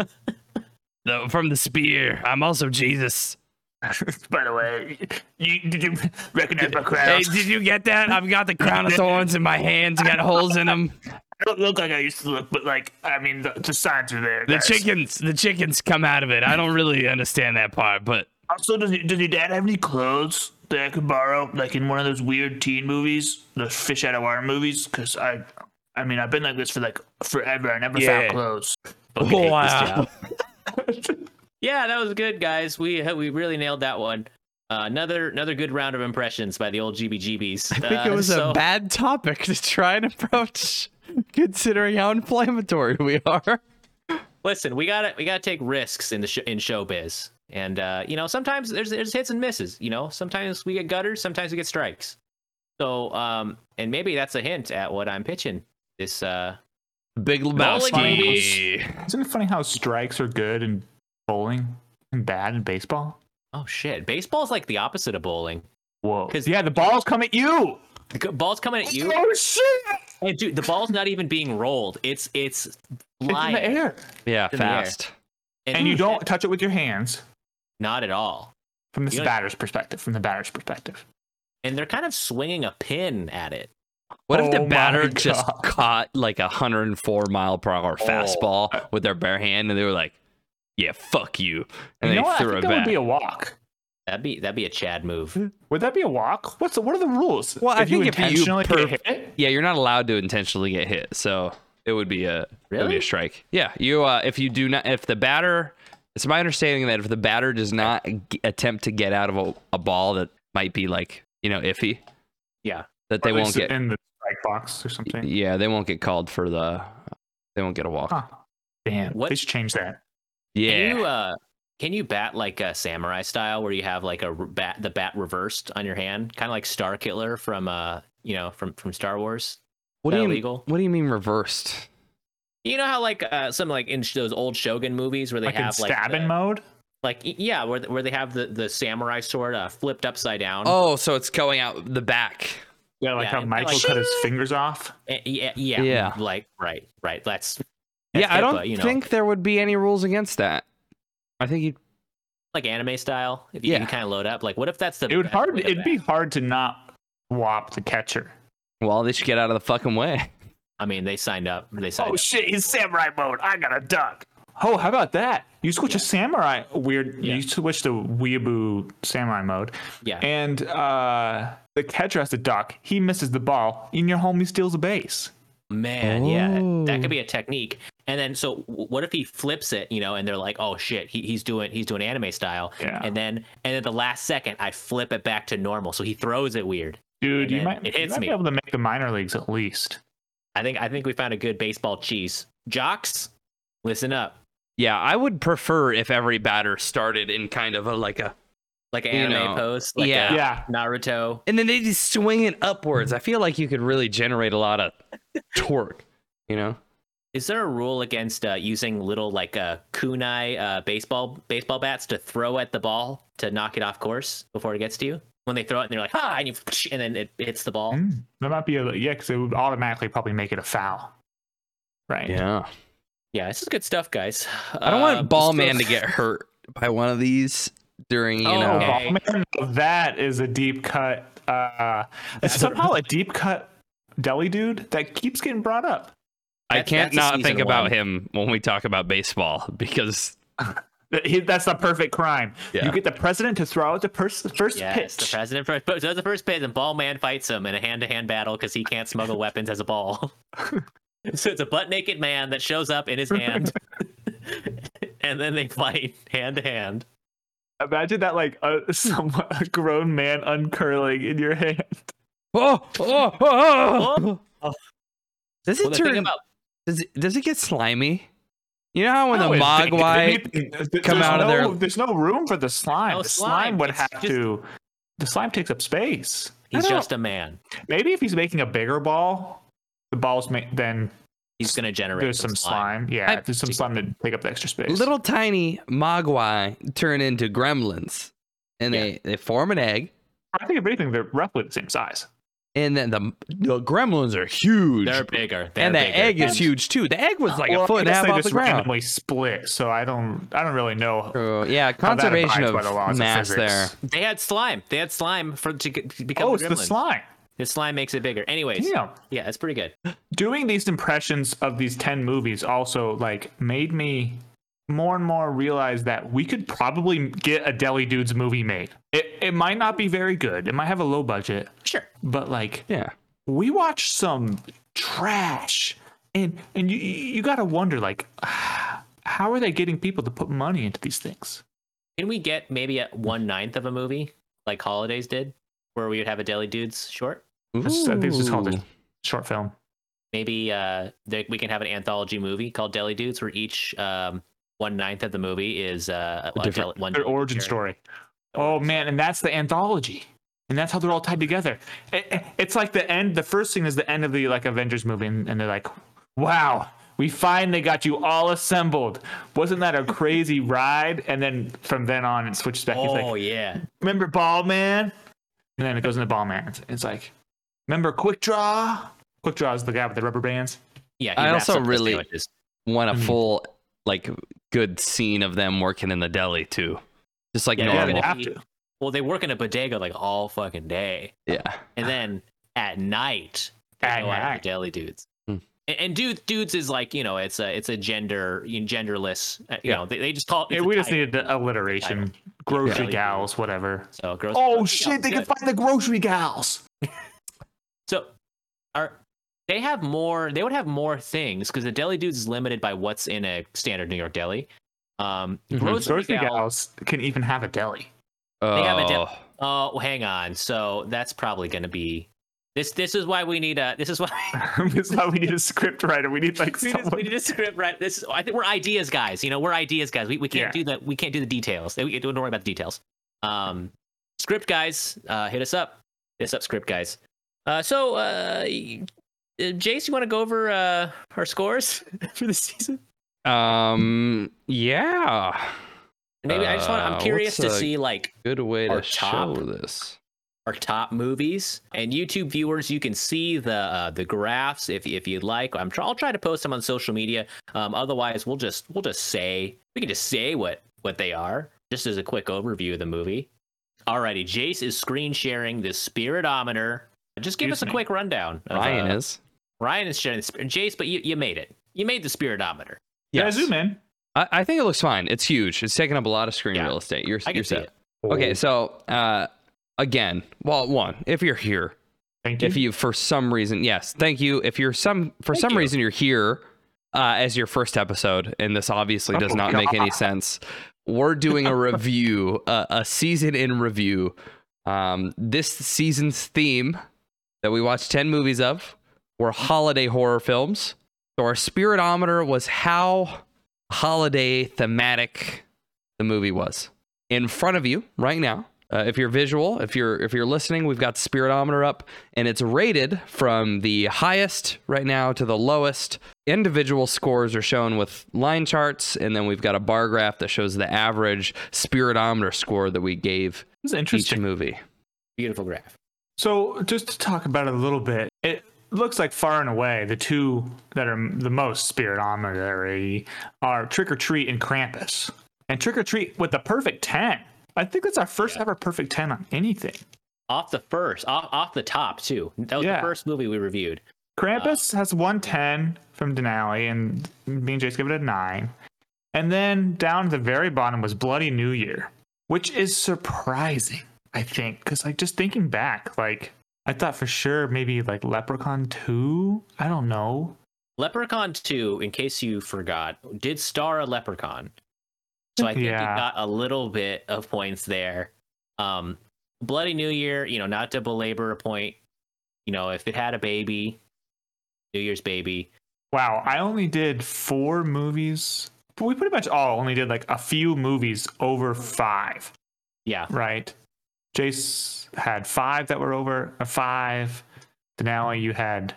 The, from the spear. I'm also Jesus.
By the way, you, did you recognize my crown?
Hey, did you get that? I've got the crown of thorns in my hands. Got holes in them.
I don't look like I used to look, but like, I mean, the, the signs are there.
The
guys.
chickens, the chickens come out of it. I don't really understand that part, but
Also, does, your- does your dad have any clothes that I could borrow, like in one of those weird teen movies, the fish out of water movies? Because I, I mean, I've been like this for like forever. I never
Yeah.
found clothes.
fucking
Oh,
hate this
Wow.
job. yeah, that was good, guys. We we really nailed that one. Uh, another another good round of impressions by the old GBGBs.
I
Uh,
think it was a bad topic to try and approach, considering how inflammatory we are.
listen, we got to we got to take risks in the sh- in showbiz, and uh, you know sometimes there's there's hits and misses. You know, sometimes we get gutters, sometimes we get strikes. So, um, and maybe that's a hint at what I'm pitching. This, uh,
Big
Lebowski.
Isn't it funny how strikes are good and bowling and bad in baseball?
oh shit, baseball's like the opposite of bowling.
Whoa!
'Cause-
yeah, the balls come at you.
The g- ball's coming at you,
Oh shit!
and dude, the ball's not even being rolled. It's it's
It's in
flying,
the air,
Yeah,
in the air.
fast.
and you don't touch it with your hands.
not at all.
From
You
the
don't-
batter's perspective. From the batter's perspective.
And they're kind of swinging a pin at it.
What if
Oh
the
my
batter just
God.
caught like a 104 mile per hour
Oh.
fastball with their bare hand and they were like, yeah, fuck you. And
you know
they
what? I
threw
think
it
that would
back.
be a walk.
That'd be that'd be a Chad move.
Would that be a walk? What's the, what are the rules?
Well, I think if you
get
perf-
hit,
yeah, you're not allowed to intentionally get hit. So it would be a, it would be
Really?
a strike. Yeah. You, uh, if you do not, if the batter, it's my understanding that if the batter does not g- attempt to get out of a, a ball that might be like, you know, iffy.
Yeah.
That they
at
won't
least
get,
in the strike box or something.
yeah, they won't get called for the, they won't get a walk.
Huh. Damn,
What-
they should change that.
Yeah.
Can you uh can you bat like a samurai style where you have like a re- bat the bat reversed on your hand, kind of like Star Killer from uh you know from from Star Wars?
what do
that
you,
illegal?
what do you mean reversed?
You know how like uh some like in sh- those old Shogun movies where they
Like in
have like
stabbing
the-
mode.
like y- yeah where where they have the the samurai sword uh, flipped upside down.
Oh, so it's going out the back.
Yeah, like
yeah,
how
and
Michael
like-
cut his fingers off.
Eh, yeah, yeah
Yeah.
like right right that's,
yeah, I
HIPAA,
don't
you know.
think there would be any rules against that. I think you.
like anime style if you
Yeah.
can kind of load up like what if that's the
It would
best
hard.
way to
It'd be
bat?
hard to not whop the catcher.
Well, they should get out of the fucking way.
I mean they signed up they signed
oh
up.
shit, he's samurai mode. I got a duck. Oh, how about that? You switch to samurai weird.
Yeah.
You switch to weeaboo samurai mode,
yeah
and uh, the catcher has to duck. He misses the ball, and your homie steals a base.
Man, yeah, that
Oh.
could be a technique. And then, so w- what if he flips it? You know, and they're like, "Oh shit, he, he's doing he's doing anime style."
Yeah.
And then, and at the last second, I flip it back to normal. So he throws it weird.
Dude,
And
you
then
might,
it
you
hits
might be
me.
able to make the minor leagues at least.
I think I think we found a good baseball cheese. Jocks, listen up.
Yeah, I would prefer if every batter started in kind of a like a
like an
You
anime
know,
pose, like
yeah.
a
Yeah.
Naruto.
and then they just swing it upwards. I feel like you could really generate a lot of torque, you know?
Is there a rule against uh, using little like uh, kunai uh, baseball baseball bats to throw at the ball to knock it off course before it gets to you? When they throw it and they're like, ah, and, you, and then it hits the ball.
Hmm, that might be a yeah, because it would automatically probably make it a foul, right?
Uh,
Yeah.
Yeah, this is good stuff, guys.
I
Um,
don't want Ball
so-
Man to get hurt by one of these during, you
Oh,
know.
okay.
Man, that is a deep cut. Uh, it's somehow a deep cut deli dude that keeps getting brought up.
I
That-
can't
that's a
not
season
think about
one.
him when we talk about baseball because
That- he- That's the perfect crime.
Yeah.
You get the president to throw out the pers- first
Yes, the
pitch.
president first. So that's the first pitch, and Ball Man fights him in a hand-to-hand battle because he can't smuggle weapons as a ball. so it's a butt-naked man that shows up in his hand, and then they fight hand-to-hand.
Imagine that, like a, some a grown man uncurling in your hand.
oh, oh, oh, oh.
Oh,
Does it
well, the
turn
thing about
does it, does it get slimy? You know how when the
No, it-
mogwai
they- they-
come
there's
out of
no-
their-
There's no room for the slime.
No
the
slime,
slime would
it's
have
just-
to. The slime takes up space.
he's
I don't-
just a man.
Maybe if he's making a bigger ball, the ball's ma- then
He's gonna generate
there's some slime. Yeah,
I-
there's some slime to take up the extra space.
little tiny mogwai turn into gremlins and they, they form an egg
I think if anything, they're roughly the same size.
and then the, the gremlins are huge
They're bigger. They're
and the
bigger.
egg is huge too. The egg was like
Well,
a foot and
I
a
guess
half
they
off
just
the ground.
randomly split, so I don't, I don't really know.
True. Yeah,
how that
conservation
abides
of
by the laws
mass there.
physics.
They had slime. They had slime for to, get- to become.
Oh,
a
it's the
gremlin.
slime.
The slime makes it bigger. Anyways,
Damn.
yeah, it's pretty good.
doing these impressions of these 10 movies also like made me more and more realize that we could probably get a deli dudes movie made it, it might not be very good it might have a low budget
Sure.
but like
Yeah.
we watched some trash and and you you gotta wonder like how are they getting people to put money into these things
Can we get maybe at one ninth of a movie like Holidays did, where we would have a Deli Dudes short?
That's- I think it's just called a
Ooh.
short film
Maybe uh, there, we can have an anthology movie called Deli Dudes, where each um, one ninth of the movie is uh, a
different-
deli- one
their origin
character.
story. Oh man, and that's the anthology, and that's how they're all tied together. It- it- it's like the end. The first thing is the end of the like Avengers movie, and, and they're like, "Wow, we finally got you all assembled. Wasn't that a crazy ride?" And then from then on, it switches back. He's
Oh
like,
yeah,
"Remember Ball Man?" And then it goes into Ball Man. It's, it's like, "Remember Quick Draw?" Quick Draw is the guy with the rubber bands.
yeah. he
I
wraps
also
up the
really-
sandwiches.
want a
Hmm.
Mhm.
full like good scene of them working in the deli too. Just like
Yeah,
Yeah,
normal.
they
Normal.
have to.
well, they work in a bodega like all fucking day,
Yeah.
and then at night they
At
go out
night.
to Deli Dudes.
Hmm.
And, and dudes, dudes is like you know, it's a it's a gender you know, genderless. uh, You
Yeah.
know, they, they just call it.
Yeah,
it's a
we just
title.
needed the alliteration.
Deli
Grocery
Dude.
gals, whatever.
So gross.
Oh
gross-
shit, they
good.
can find the grocery gals.
So are they have more they would have more things because the deli dudes is limited by what's in a standard New York deli. Um
Mhm.
grocery, gal-
can even have a deli.
They have a
Oh.
deli. Oh, hang on. So that's probably going to be this this is why we need a this is why
That's why we need a script writer. We need like
we, need, we
someone.
need a script right this is I think we're ideas guys, you know, we're ideas guys. We we can't
Yeah.
do that we can't do the details. They- we- Don't worry about the details. Um script guys, uh hit us up. Hit us up script guys. Uh so uh y- uh, Jace, you want to go over uh our scores for the season?
Oh. Um yeah.
Maybe I just want.
Uh,
I'm curious to
what's a-
see like
Good way
Or
to
top.
show this.
our top movies and YouTube viewers. You can see the uh, the graphs if if you'd like. I'm try, I'll try to post them on social media. Um, otherwise, we'll just we'll just say we can just say what what they are. Just as a quick overview of the movie. Alrighty, Jace is screen sharing the Spiritometer. Just give
Excuse
us a
me.
quick rundown. of,
Ryan
uh,
is.
Ryan is sharing the Spir- Jace, but you, you made it. You made the Spiritometer.
Can I zoom in?
I, I think it looks fine. It's huge. It's taking up a lot of screen
Yeah.
real estate. You're,
I can
you're
see
set.
it.
Okay, so uh again, well one, if you're here,
Thank you.
if you for some reason yes thank you if you're some for some
you.
reason you're here uh, as your first episode and this obviously does
Oh,
not make any sense we're doing a review uh, a season in review um, this season's theme that we watched 10 movies of were holiday horror films so our spiritometer was how holiday thematic the movie was in front of you right now Uh, if you're visual, if you're if you're listening, we've got the spiritometer up, and it's rated from the highest right now to the lowest. Individual scores are shown with line charts, and then we've got a bar graph that shows the average spiritometer score that we gave
It's
each
interesting.
movie.
Beautiful graph.
So, just to talk about it a little bit, it looks like far and away the two that are the most spirit honorary are Trick or Treat and Krampus. And Trick or Treat with the perfect 10. I think that's our first ever perfect 10 on anything.
Off the first, off off the top too. That was
Yeah.
the first movie we reviewed.
Krampus has 110 from Denali, and me and Jace give it a 9. And then down at the very bottom was Bloody New Year, which is surprising, I think, because like just thinking back, like I thought for sure maybe like Leprechaun 2. I don't know.
Leprechaun 2, in case you forgot, did star a leprechaun. So I think
Yeah.
it got a little bit of points there. Um, Bloody New Year, you know, not to belabor a point. You know, if it had a baby, New Year's baby.
Wow, I only did four movies. But we pretty much all only did like a few movies over five,
Yeah.
right? Jace had five that were over a five. Denali, you had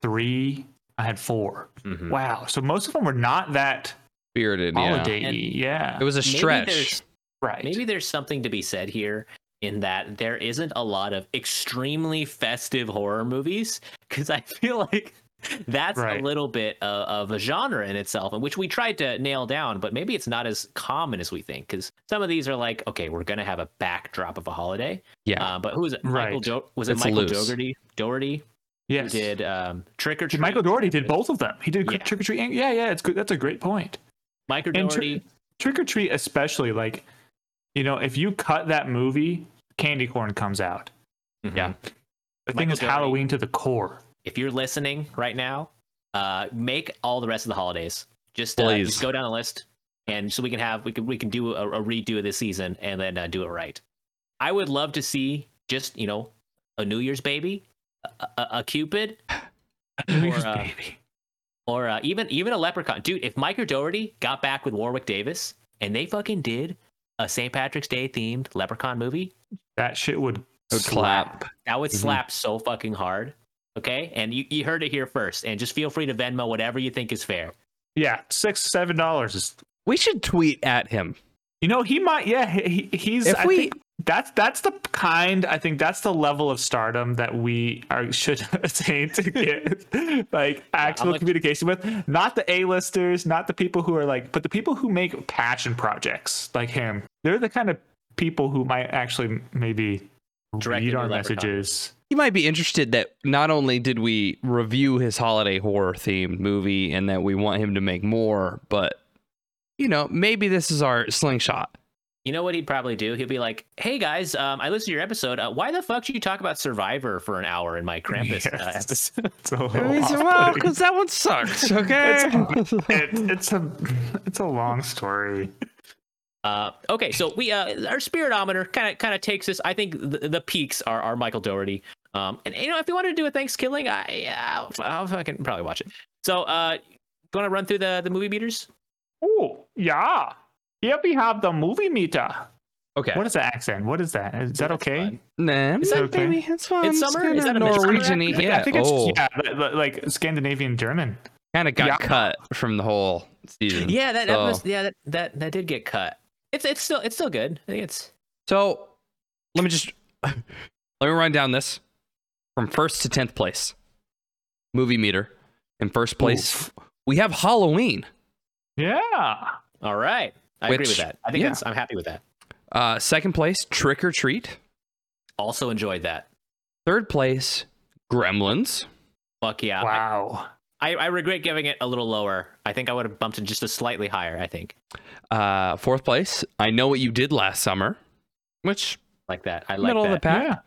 three. I had four.
mhm.
Wow. So most of them were not that
Spirited, yeah.
holiday
And-
Yeah.
It was a
Maybe
stretch.
there's-
right.
Maybe there's something to be said here in that there isn't a lot of extremely festive horror movies because I feel like that's
Right.
a little bit of, of a genre in itself, and which we tried to nail down, but maybe it's not as common as we think because some of these are like, okay, we're gonna have a backdrop of a holiday,
Yeah.
uh, but who was it? Michael
Right.
Do- was it
It's
Michael
loose.
Dougherty? Doherty
yes.
who did um, Trick or Treat.
Michael Doherty did both of them. He did
Yeah.
trick or treat. Yeah, yeah. It's good. That's a great point.
Michael
And
Doherty.
Trick, Trick or Treat, especially, like, you know, if you cut that movie, candy corn comes out.
Mhm.
Yeah.
The thing
Michael
is
Dougherty.
Halloween to the core.
if you're listening right now, uh, make all the rest of the holidays. Just, uh,
Please.
just go down the list, and so we can have we can we can do a, a redo of this season and then uh, do it right. I would love to see just you know a New Year's baby, a, a, a Cupid,
New Year's
uh,
baby.
or uh, even even a leprechaun. Dude, if Mike or Doherty got back with Warwick Davis and they fucking did a St. Patrick's Day themed leprechaun movie,
That shit would
Would
slap.
clap.
That would
Mhm.
slap so fucking hard. Okay. And you, you heard it here first. And just feel free to Venmo whatever you think is fair.
Yeah, six, seven dollars is.
We should tweet at him.
You know, he might. Yeah, he, he- he's.
If
I
we-
think that's that's the kind. I think that's the level of stardom that we are should attain to get like actual
much-
communication with. Not the A listers, not the people who are like, but the people who make passion projects like him. They're the kind of people who might actually maybe
Directly
read
to
our
Leprechaun.
messages.
You might be interested that not only did we review his holiday horror themed movie and that we want him to make more, but you know, maybe this is our slingshot.
You know what he'd probably do? He'd be like, hey guys, um, I listened to your episode. Uh, why the fuck did you talk about Survivor for an hour in my Krampus uh,
Yes.
episode?
It's a little off-putting.
because that one sucked. Okay.
It- it's a it's a long story.
Uh, okay, so we uh, our spiritometer kind of kind of takes us. I think the, the peaks are, are Michael Doherty. Um, and you know, if you wanted to do a Thanksgiving, I yeah, I'll, f- I'll fucking probably watch it. So, uh, going to run through the the movie beaters?
Oh, yeah. Here we have the movie meter.
okay.
What is that accent? What is that? Is that
That's
okay?
fine.
Nah,
Is
it's
that okay?
baby. It's fine.
It's
It's
summer? Is
kinda
that a midsummer
Norwegian-y.
accent?
Yeah.
I think it's
oh,
yeah, li- li- like Scandinavian German.
kind of got
Yeah.
cut from the whole season.
Yeah, that, that
So-
must, yeah that, that that did get cut. It's it's still it's still good. I think it's
So let me just let me run down this from first to tenth place. Movie meter in first place. We have Halloween.
Yeah.
all right. I agree with
Which-
that. I think
yeah.
that's, I'm happy with that.
Uh, second place, Trick or Treat.
Also enjoyed that.
Third place, Gremlins.
Fuck yeah.
Wow.
I, I regret giving it a little lower. I think I would have bumped it just a slightly higher. I think
Uh, fourth place, I know what you did last summer, which
like that. I like
middle
that.
of the pack.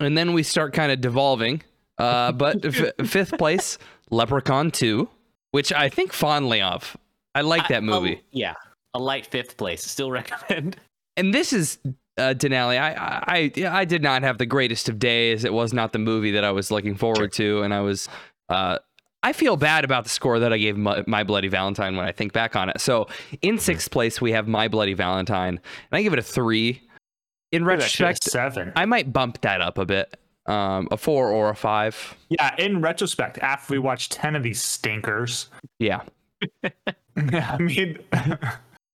And then we start kind of devolving. Uh, but f- fifth place, Leprechaun Two, which I think fondly of. I like that
A-
movie.
Oh, yeah, a light fifth place. Still recommend.
and this is uh, Denali. I, I I did not have the greatest of days. It was not the movie that I was looking forward to, and I was. Uh, I feel bad about the score that I gave my, my Bloody Valentine when I think
Mm-hmm.
back on it. So in sixth place we have My Bloody Valentine, and I give it a three. in
Look at that shit,
retrospect,
seven.
I might bump that up a bit. Um, a four or a five.
yeah, in retrospect, after we watched ten of these stinkers,
Yeah.
I mean,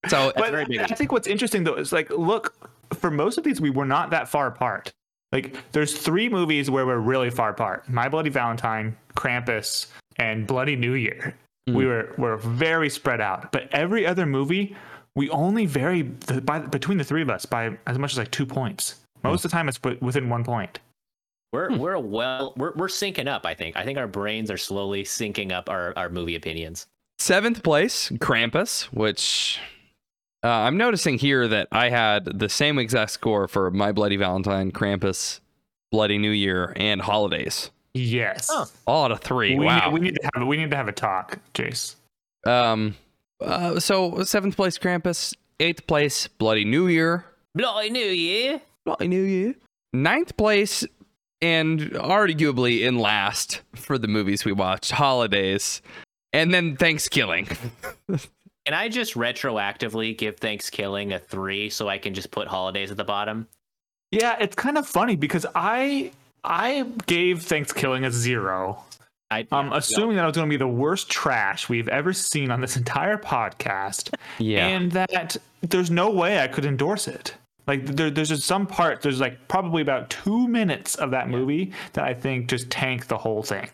So
but
very big.
I think what's interesting though is like, look, for most of these, we were not that far apart. Like, there's three movies where we're really far apart: My Bloody Valentine, Krampus, and Bloody New Year.
Hmm.
We were were very spread out, but every other movie, we only vary the, by between the three of us by as much as like two points.
Hmm.
Most of the time, it's wi- within one point.
We're
Hmm.
we're well we're we're syncing up. I think I think our brains are slowly syncing up our, our movie opinions.
Seventh place, Krampus, which uh, I'm noticing here that I had the same exact score for My Bloody Valentine, Krampus, Bloody New Year, and Holidays.
Yes.
Oh.
All out of three.
We,
wow.
need, we need to have we need to have a talk, Jace.
um, uh, so seventh place, Krampus. Eighth place, Bloody New Year.
Bloody New Year.
Bloody New Year. Ninth place, and arguably in last for the movies we watched, Holidays, and then Thanksgiving.
Can I just retroactively give Thanksgiving a three so I can just put holidays at the bottom?
Yeah, it's kind of funny because I I gave Thanksgiving a zero.
I
Um, assuming that it was going to be the worst trash we've ever seen on this entire podcast,
Yeah.
and that there's no way I could endorse it. Like there, there's just some part. There's like probably about two minutes of that movie that I think just tanked the whole thing.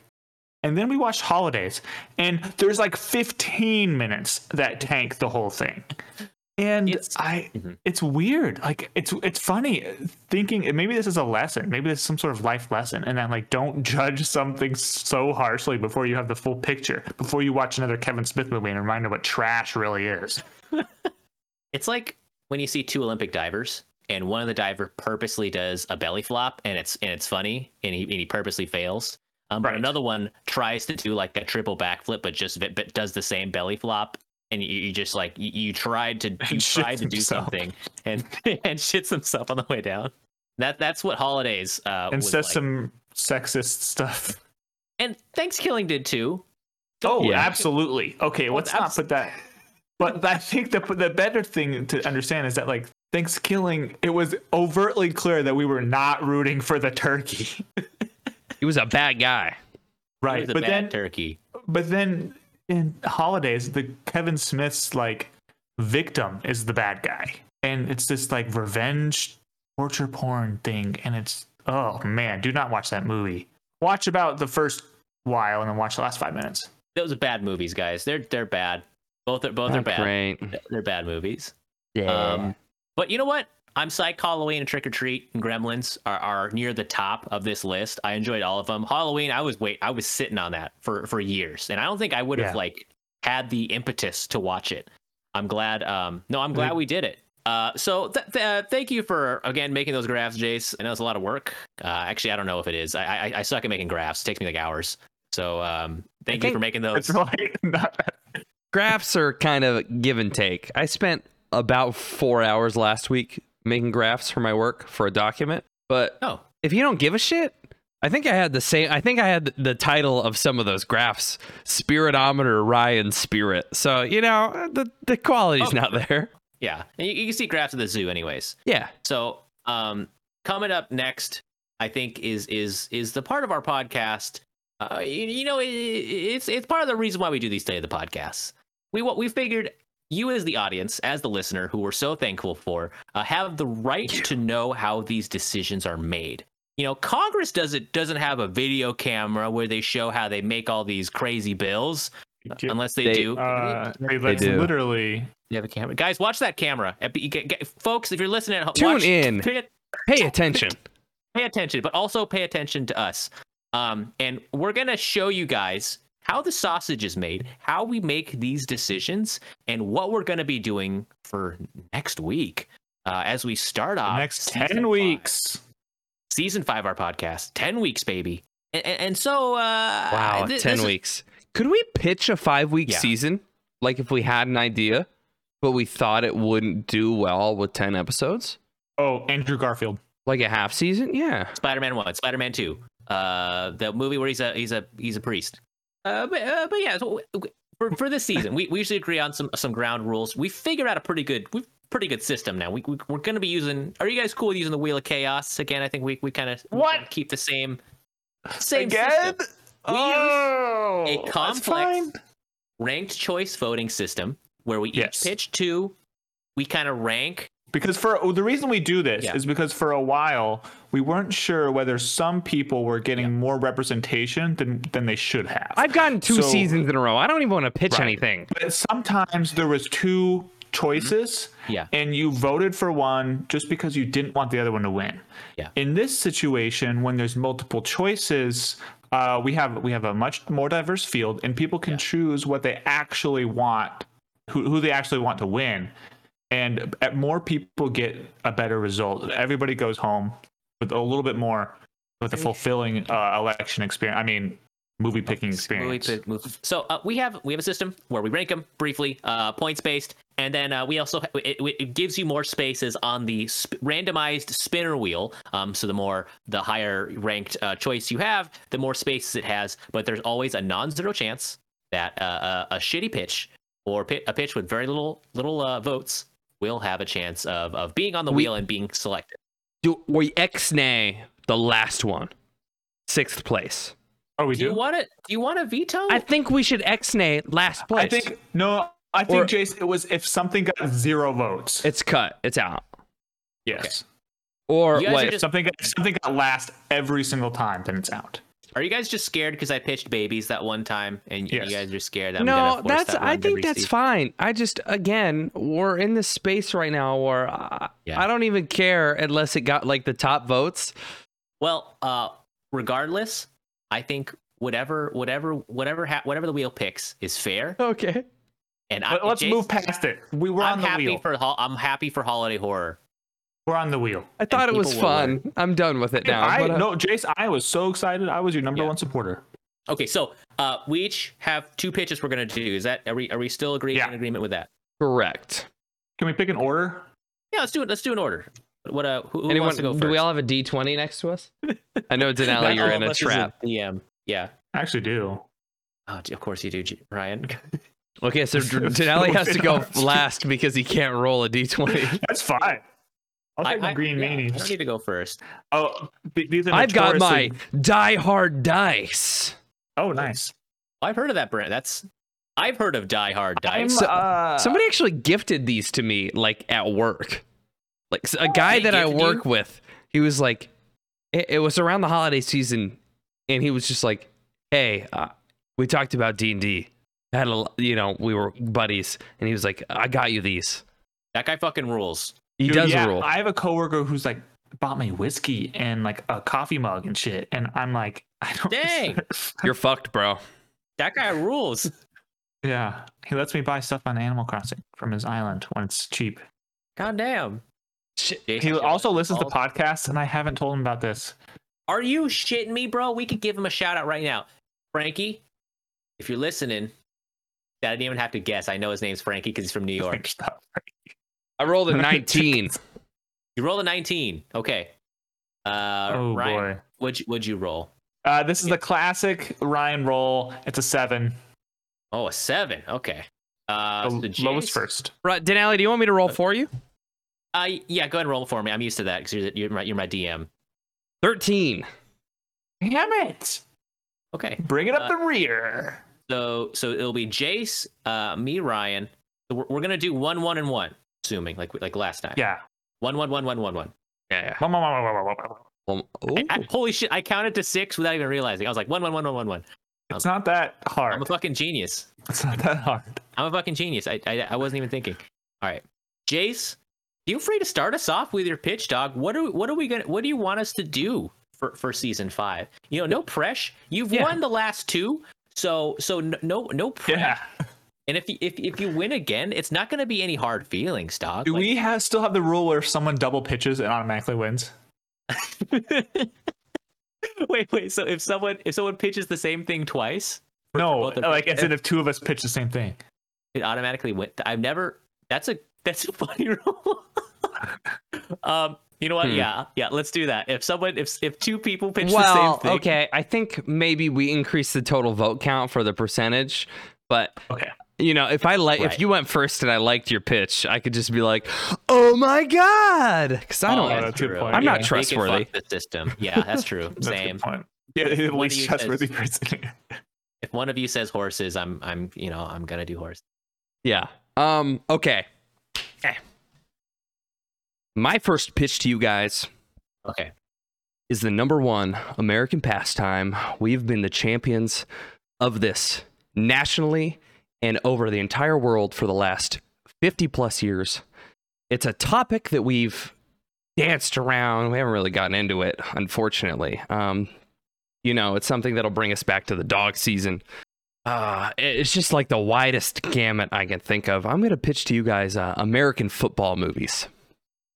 And then we watched Holidays, and there's like 15 minutes that tank the whole thing. And
It's-
I,
Mhm.
it's Mm-hmm. weird. Like it's it's funny uh, thinking and maybe this is a lesson. Maybe this is some sort of life lesson. And I'm like, don't judge something so harshly before you have the full picture. Before you watch another Kevin Smith movie and a reminder what trash really is.
It's like when you see two Olympic divers and one of the diver purposely does a belly flop and it's and it's funny and he, and he purposely fails. Um,
Right.
But another one tries to do like a triple backflip but just v- but does the same belly flop and you, you just like you, you tried to you
shits
tried to do
himself.
something and and shits himself on the way down. That that's what holidays uh,
and
was
says
like.
some sexist stuff.
and Thanksgiving did too.
Oh,
Yeah.
absolutely. Okay, let's not
abs-
put that. But I think the the better thing to understand is that like Thanksgiving, it was overtly clear that we were not rooting for the turkey,
he was a bad guy.
It
right?
was a
But
bad
then,
turkey.
but then in holidays, the Kevin Smith's like victim is the bad guy, and it's this like revenge torture porn thing, and it's oh man, do not watch that movie. Watch about the first while, and then watch the last five minutes.
Those are bad movies, guys. They're they're bad. Both are both are
Not
bad.
Great.
They're bad movies.
Yeah.
Um, but you know what? I'm psyched. Halloween and Trick or Treat and Gremlins are, are near the top of this list. I enjoyed all of them. Halloween, I was wait, I was sitting on that for for years, and I don't think I would have
Yeah.
like had the impetus to watch it. I'm glad. Um, no, I'm glad
Like-
we did it. Uh, so th- th- uh, thank you for again making those graphs, Jace. I know it's a lot of work. Uh, actually, I don't know if it is. I, I I suck at making graphs. It takes me like hours. So um, thank you
think
for making those.
It's like not that
graphs are kind of give and take. I spent about four hours last week making graphs for my work for a document. But
Oh,
if you don't give a shit, I think I had the same. I think I had the title of some of those graphs: Spiritometer Ryan Spirit. So you know the the quality's
Oh.
not there.
yeah. And you, you can see graphs at the zoo, anyways.
Yeah.
So, um, coming up next, I think is is is the part of our podcast. Uh, you, you know, it, it's it's part of the reason why we do these day of the podcasts. We what we figured you as the audience, as the listener, who we're so thankful for, uh, have the right to know how these decisions are made. You know, Congress doesn't doesn't have a video camera where they show how they make all these crazy bills, unless they,
They-
do.
Uh, they,
do.
literally
they have a camera, guys. Watch that camera, If you get- get- folks. If you're listening at home,
Tune
watch-
in.
pay it-
Pay attention.
pay attention, but also pay attention to us. Um, and we're gonna show you guys how the sausage is made, how we make these decisions, and what we're gonna be doing for next week uh, as we start
the
off
next
season
10
five-
weeks.
season five, our podcast, ten weeks, baby. And, and so, uh,
Wow.
thi-
Ten
this is-
weeks. Could we pitch a five week
Yeah.
season? Like if we had an idea, but we thought it wouldn't do well with ten episodes.
Oh, Andrew Garfield.
Like a half season? Yeah.
Spider-Man One, Spider-Man Two, uh, the movie where he's a he's a he's a priest. Uh, but, uh, but yeah, so w- w- for for this season, we, we usually agree on some some ground rules. We figure out a pretty good. We've pretty good system now. We, we we're going to be using. Are you guys cool with using the Wheel of Chaos again? I think we we kind of
What?
keep the same same
Again?
system. We
oh,
use a
that's
complex
fine.
ranked choice voting system where we
Yes.
each pitch two. We kind of rank.
Because for oh, the reason we do this
Yeah.
is because for a while we weren't sure whether some people were getting more representation than than they should have.
I've gotten two
So-
seasons in a row. I don't even want to pitch
Right.
anything.
but sometimes there was two choices
Yeah.
and you voted for one just because you didn't want the other one to win
Yeah.
in this situation when there's multiple choices uh, we have we have a much more diverse field and people can choose what they actually want who, who they actually want to win and uh, more people get a better result everybody goes home with a little bit more with a fulfilling uh, election experience i mean movie picking
Movie
experience
pick- move- So uh, we have we have a system where we rank them briefly, uh, points based, and then uh, we also ha- it, it gives you more spaces on the sp- randomized spinner wheel. Um, so the more the higher ranked uh, choice you have, the more spaces it has. But there's always a non-zero chance that uh, a, a shitty pitch or pi- a pitch with very little little uh, votes will have a chance of of being on the
We-
wheel and being selected.
Do we ex-nay the last one, sixth place?
oh we
Do you want it? Do you want a veto?
I think we should ex-nay last place.
I think no. I think
Or-
Jason, it was if something got zero votes.
it's cut. It's out.
yes.
Or
You guys are
wait,
just-
Something if something got last every single time, then it's out.
Are you guys just scared because I pitched babies that one time and y-
Yes.
you guys are scared? That I'm gonna
no,
force
that's.
that
I
one to
think that's
receive?
fine. I just again, we're in this space right now where I,
Yeah.
I don't even care unless it got like the top votes.
Well, uh, regardless, I think whatever, whatever, whatever, ha- whatever the wheel picks is fair.
Okay.
And I,
But let's
Uh, Jason-
move past it. We were
I'm
on the
happy
wheel.
for hol- I'm happy for holiday horror.
we're on the wheel.
I thought it was
people will
fun. I'm done with it now.
I
but, uh,
no, Jason. I was so excited. I was your number
Yeah.
one supporter.
Okay, so uh, we each have two pitches we're gonna do. Is that are we are we still agreeing
Yeah.
in agreement with that?
correct.
Can we pick an order?
Yeah, let's do it. Let's do an order. What uh, who, who
Anyone?
wants to go first?
do we all have a D20 next to us? I know Denali,
Not
you're
all
in
of
a
us is
trap.
DM. Yeah.
I actually do.
Oh, of course you do, G- Ryan.
Okay, so
So
Denali has to go
it's-
last because he can't roll a D20.
That's fine. I'll
I-
take my
I-
green
yeah, I
minis.
don't need to go first.
Oh, th- these are
I've got my
notoriously-
die hard dice.
Oh, nice.
I've heard of that brand. That's I've heard of Die Hard Dice.
So-
uh,
Somebody actually gifted these to me, like at work. Like s- a guy
Oh, they
that I
gifted
work
you?
with, he was like, it, it was around the holiday season, and he was just like, "Hey, uh, we talked about D and D. Had a, l- you know, we were buddies, and he was like, I got you these.
That guy fucking rules.
He
Dude,
does
yeah,
rule.
I have a coworker who's like bought me whiskey and like a coffee mug and shit, and I'm like, I don't.
Dang.
You're fucked, bro.
That guy rules.
yeah, he lets me buy stuff on Animal Crossing from his island when it's cheap.
God damn.
Shit.
He also listens to
all-
podcasts, and I haven't told him about this.
Are you shitting me, bro? We could give him a shout out right now. Frankie, if you're listening, I didn't even have to guess. I know his name's Frankie because he's from New York.
Stop.
I rolled a 19.
You rolled a 19. Okay. Uh,
oh
Ryan,
boy,
Would you would you roll?
uh, this is the classic Ryan roll. It's a seven.
Oh, a seven. Okay. Uh, so
the
Jace-
lowest first.
Right, Denali, do you want me to roll for you?
Uh, yeah, go ahead and roll for me. I'm used to that because you're, the- you're my you're my DM.
13.
Damn it!
Okay.
Bring it up
Uh,
the rear.
So so it'll be Jace, uh, me, Ryan. So We're, we're gonna do one, one, and one, assuming like like last time.
Yeah.
One, one, one, one, one, one.
Yeah.
Wah, wah, wah, wah, wah, wah, wah.
Um,
I- I-
ooh.
holy shit! I counted to six without even realizing. I was like one, one, one, one, one, one.
It's not that
I'm a
hard.
fucking genius.
It's not that hard.
I'm a fucking genius. I I, I wasn't even thinking. All right, Jace, feel free to start us off with your pitch, dog. What are what are we gonna What do you want us to do for for season five? You know, no press. You've
Yeah.
won the last two, so so n- no no press.
Yeah.
And if you if if you win again, it's not gonna be any hard feelings, dog.
Do
Like-
we have, still have the rule where if someone double pitches, it automatically wins?
wait, wait. So if someone if someone pitches the same thing twice,
No,
both of them.
like as in if two of us pitch the same thing.
it automatically went. I've never. That's a that's a funny rule. um, you know what?
Hmm.
Yeah, yeah. Let's do that. If someone if if two people pitch
Well,
the same thing,
okay. I think maybe we increase the total vote count for the percentage, but
Okay.
You know, if I like, if
Right.
you went first and I liked your pitch, I could just be like, "Oh my god," because I
Oh,
don't.
that's
that's
a good
true.
point.
I'm not
They can
trustworthy.
fuck The system. Yeah, that's true.
That's a
Same.
good point. Yeah,
What
the
do
least
you
trustworthy person. here.
If one of you says horses, I'm I'm you know I'm gonna do horse.
Yeah. Um. Okay. Eh. My first pitch to you guys
Okay.
is the number one American pastime. We've been the champions of this nationally and over the entire world for the last 50 plus years. It's a topic that we've danced around. We haven't really gotten into it, unfortunately. Um, you know, it's something that'll bring us back to the dog season. Uh, it- it's just like the widest gamut I can think of. I'm going to pitch to you guys uh, American football movies.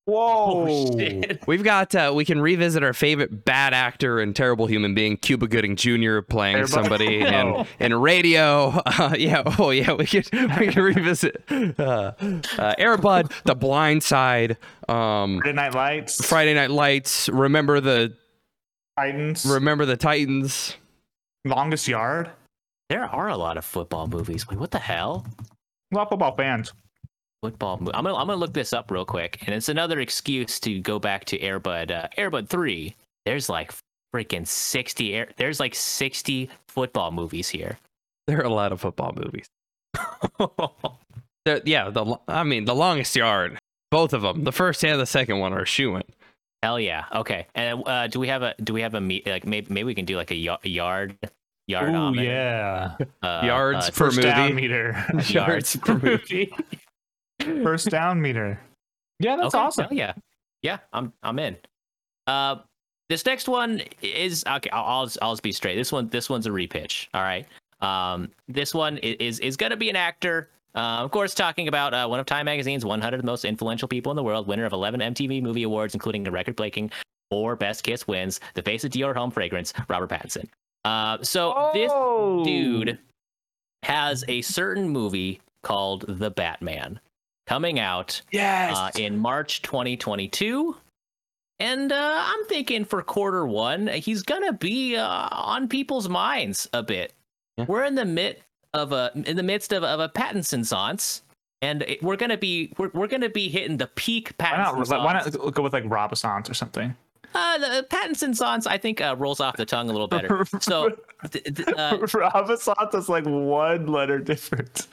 Whoa!
Oh,
We've got uh, we can revisit our favorite bad actor and terrible human being Cuba Gooding Jr. playing
Everybody-
somebody
No.
in, in radio. Uh, yeah, oh yeah, we could we could revisit uh, uh, Airbud, The Blind Side, um,
Friday Night Lights.
Friday Night Lights. Remember the
Titans.
Remember the Titans.
longest yard.
There are a lot of football movies. Wait, what the hell?
A lot of football fans.
Football. Mo- I'm gonna I'm gonna look this up real quick, and it's another excuse to go back to Airbud. Uh, Airbud three. There's like freaking sixty. Air, there's like sixty football movies here.
There are a lot of football movies. There, yeah, the lo- I mean the longest yard. Both of them, the first and the second one, are shooing.
Hell yeah. Okay. And uh, do we have a do we have a meet like maybe maybe we can do like a ya- yard yard
Ooh, yeah.
uh,
Yards
uh,
per
First down
movie.
meter.
Yards per movie.
First down meter. Yeah, that's
okay,
awesome.
hell yeah. Yeah, I'm I'm in. Uh this next one is okay, I'll I'll just, I'll just be straight. This one this one's a repitch, all right? Um this one i- is is going to be an actor. Uh, of course, talking about uh, one of Time Magazine's 100 most influential people in the world, winner of 11 MTV Movie Awards, including a record-breaking four Best Kiss wins, the face of Dior Home Fragrance, Robert Pattinson. Uh, so this
Oh,
dude has a certain movie called The Batman coming out
Yes.
uh, in March 2022. And uh, I'm thinking for quarter one, he's gonna be uh, on people's minds a bit.
Yeah.
We're in the mid of a in the midst of, of a Pattinson sance, and it- we're gonna be we're, we're gonna be hitting the peak
why
Pattinson.
not? Why not go with like Robisons or something?
Uh, the Pattinson sance I think uh, rolls off the tongue a little better. so, th- th- uh,
Robisons is like one letter different.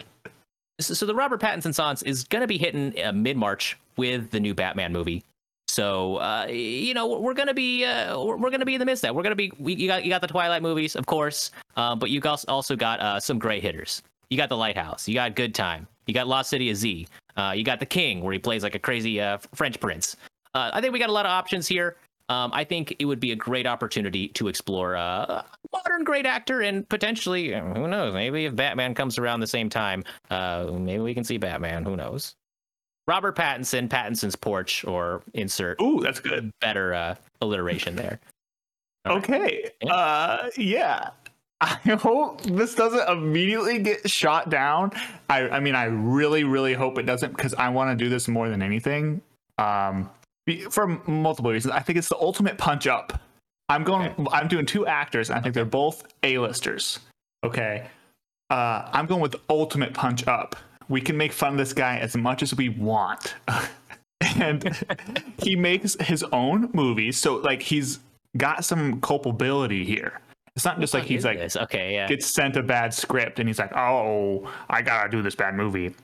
so so the Robert Pattinson sons is going to be hitting uh, mid March with the new Batman movie. So uh, you know we're gonna be uh, we're we're gonna be in the midst of that. We're gonna be we, you got you got the Twilight movies, of course, uh, but you got also got uh, some great hitters. You got the Lighthouse. You got Good Time. You got Lost City of Z. Uh, you got the King, where he plays like a crazy uh, French prince. Uh, I think we got a lot of options here. Um, I think it would be a great opportunity to explore uh, a modern great actor and potentially, uh, who knows, maybe if Batman comes around the same time, uh, maybe we can see Batman. Who knows? Robert Pattinson, Pattinson's porch, or insert
Ooh, that's good.
better uh, alliteration there. All right.
Okay.
Yeah.
Uh, yeah. I hope this doesn't immediately get shot down. I, I mean, I really, really hope it doesn't because I want to do this more than anything. Um, be- for multiple reasons, I think it's the ultimate punch up. I'm going. I'm doing two actors. And I think they're both A-listers. Okay. Uh, I'm going with ultimate punch up. We can make fun of this guy as much as we want. and he makes his own movies. So like he's got some culpability here. It's not just like he's like
Yes, okay, yeah.
gets sent a bad script and he's like, "Oh, I gotta do this bad movie,"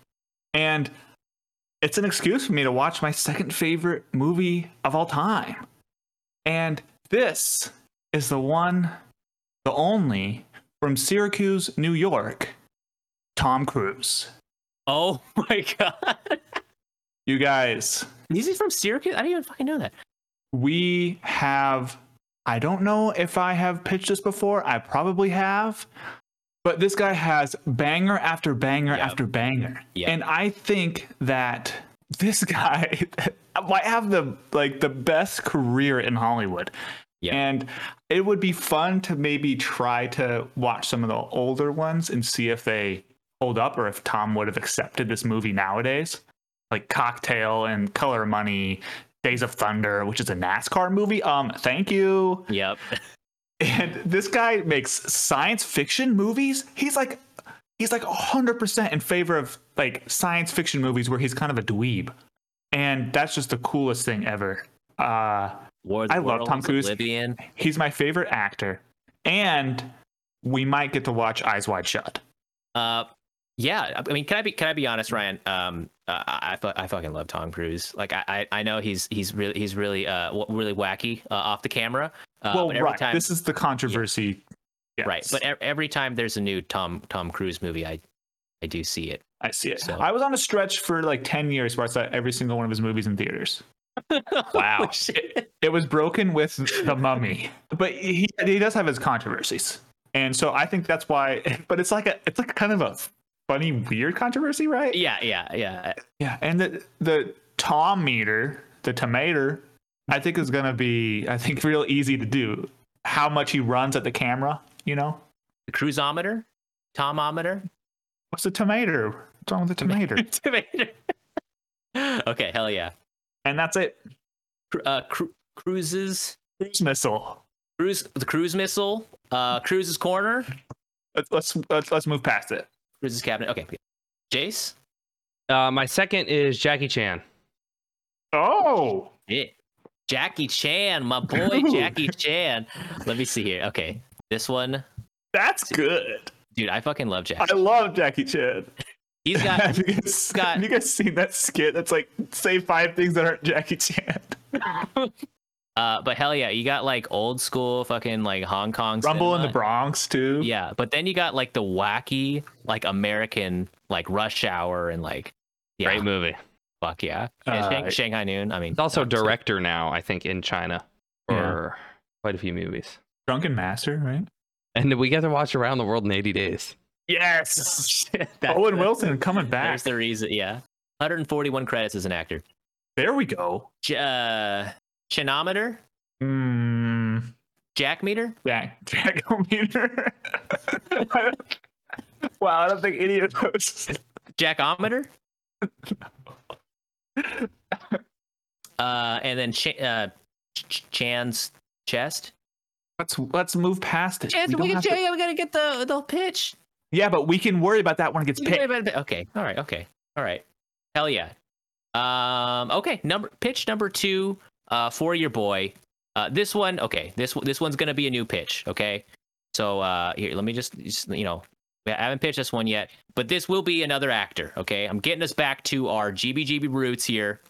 and it's an excuse for me to watch my second favorite movie of all time. And this is the one, the only from Syracuse, New York, Tom Cruise.
Oh my god,
You guys,
is he from Syracuse? I didn't even fucking know that.
we have i don't know if i have pitched this before i probably have but this guy has banger after banger
Yep.
after banger
Yep.
and i think that this guy might have the like the best career in hollywood
Yeah.
and it would be fun to maybe try to watch some of the older ones and see if they hold up or if tom would have accepted this movie nowadays like cocktail and color money Days of Thunder, which is a NASCAR movie. Um, thank you.
Yep.
And this guy makes science fiction movies. He's like he's like 100% in favor of like science fiction movies where he's kind of a dweeb. And that's just the coolest thing ever. Uh,
War of the
I love
Worlds,
Tom Cruise.
Oblivion.
he's my favorite actor. And we might get to watch Eyes Wide Shut.
Uh, yeah, I mean, can I be can I be honest, Ryan? Um, uh, I I fu- I fucking love Tom Cruise. Like I I, I know he's he's really he's really uh w- really wacky uh, off the camera. Uh,
well,
but every
right.
time,
this is the controversy.
right,
Yes,
but e- every time there's a new Tom Tom Cruise movie, I I do see it.
I see it.
so-
I was on a stretch for like 10 years where I saw every single one of his movies in theaters.
Wow.
It was broken with the mummy, but he, he does have his controversies, and so I think that's why. But it's like a it's like kind of a funny, weird controversy, right?
yeah, yeah, yeah.
Yeah, and the the tom meter, the tomato, I think is gonna be I think real easy to do. How much he runs at the camera, you know?
The Cruiseometer, Tomometer,
What's the tomato? What's wrong with the tomato?
Tomater. okay, hell yeah.
and that's it.
Cru- Uh, cru- cruises,
Cruise missile.
cruise, the cruise missile, uh, cruises corner,
Let's let's let's, let's move past it.
cruises cabinet. Okay, Jace.
Uh, my second is Jackie Chan.
Oh,
Yeah. Jackie Chan, my boy
Dude.
Jackie Chan. Let me see here. Okay. This one,
that's good.
dude, I fucking love Jackie.
I love Jackie Chan.
He's got
have, you guys,
got-
have you guys seen that skit that's like say five things that aren't Jackie Chan?
uh but hell yeah, you got like old school fucking like Hong Kong
Rumble in the
cinema.
Bronx too.
Yeah, but then you got like the wacky like American like rush hour and like yeah,
Great movie.
fuck yeah. And Shang-
Uh,
Shanghai Noon. I mean,
He's also a
fuck, so-
director now, I think, in China
Yeah.
for quite a few movies.
Drunken Master, right?
And we get to watch Around the World in 80 Days.
Yes.
That-
Owen Wilson coming back.
There's the reason, yeah. 141 credits as an actor.
There we go.
J- uh, chinometer,
Mm,
jack meter.
Jack Jagometer. wow, I don't think any of those.
Jackometer. uh, and then Ch- uh, Ch- Chan's chest.
Let's let's move past it. We don't have to-
yeah, we gotta get the the pitch.
yeah, but we can worry about that when it gets picked.
Okay, all right, okay, all right. Hell yeah. Um, okay, number pitch number two. Uh, for your boy. Uh, this one, okay. This one- this one's gonna be a new pitch. Okay, so uh, here, let me just, just you know, I haven't pitched this one yet, but this will be another actor. Okay, I'm getting us back to our GBGB roots here.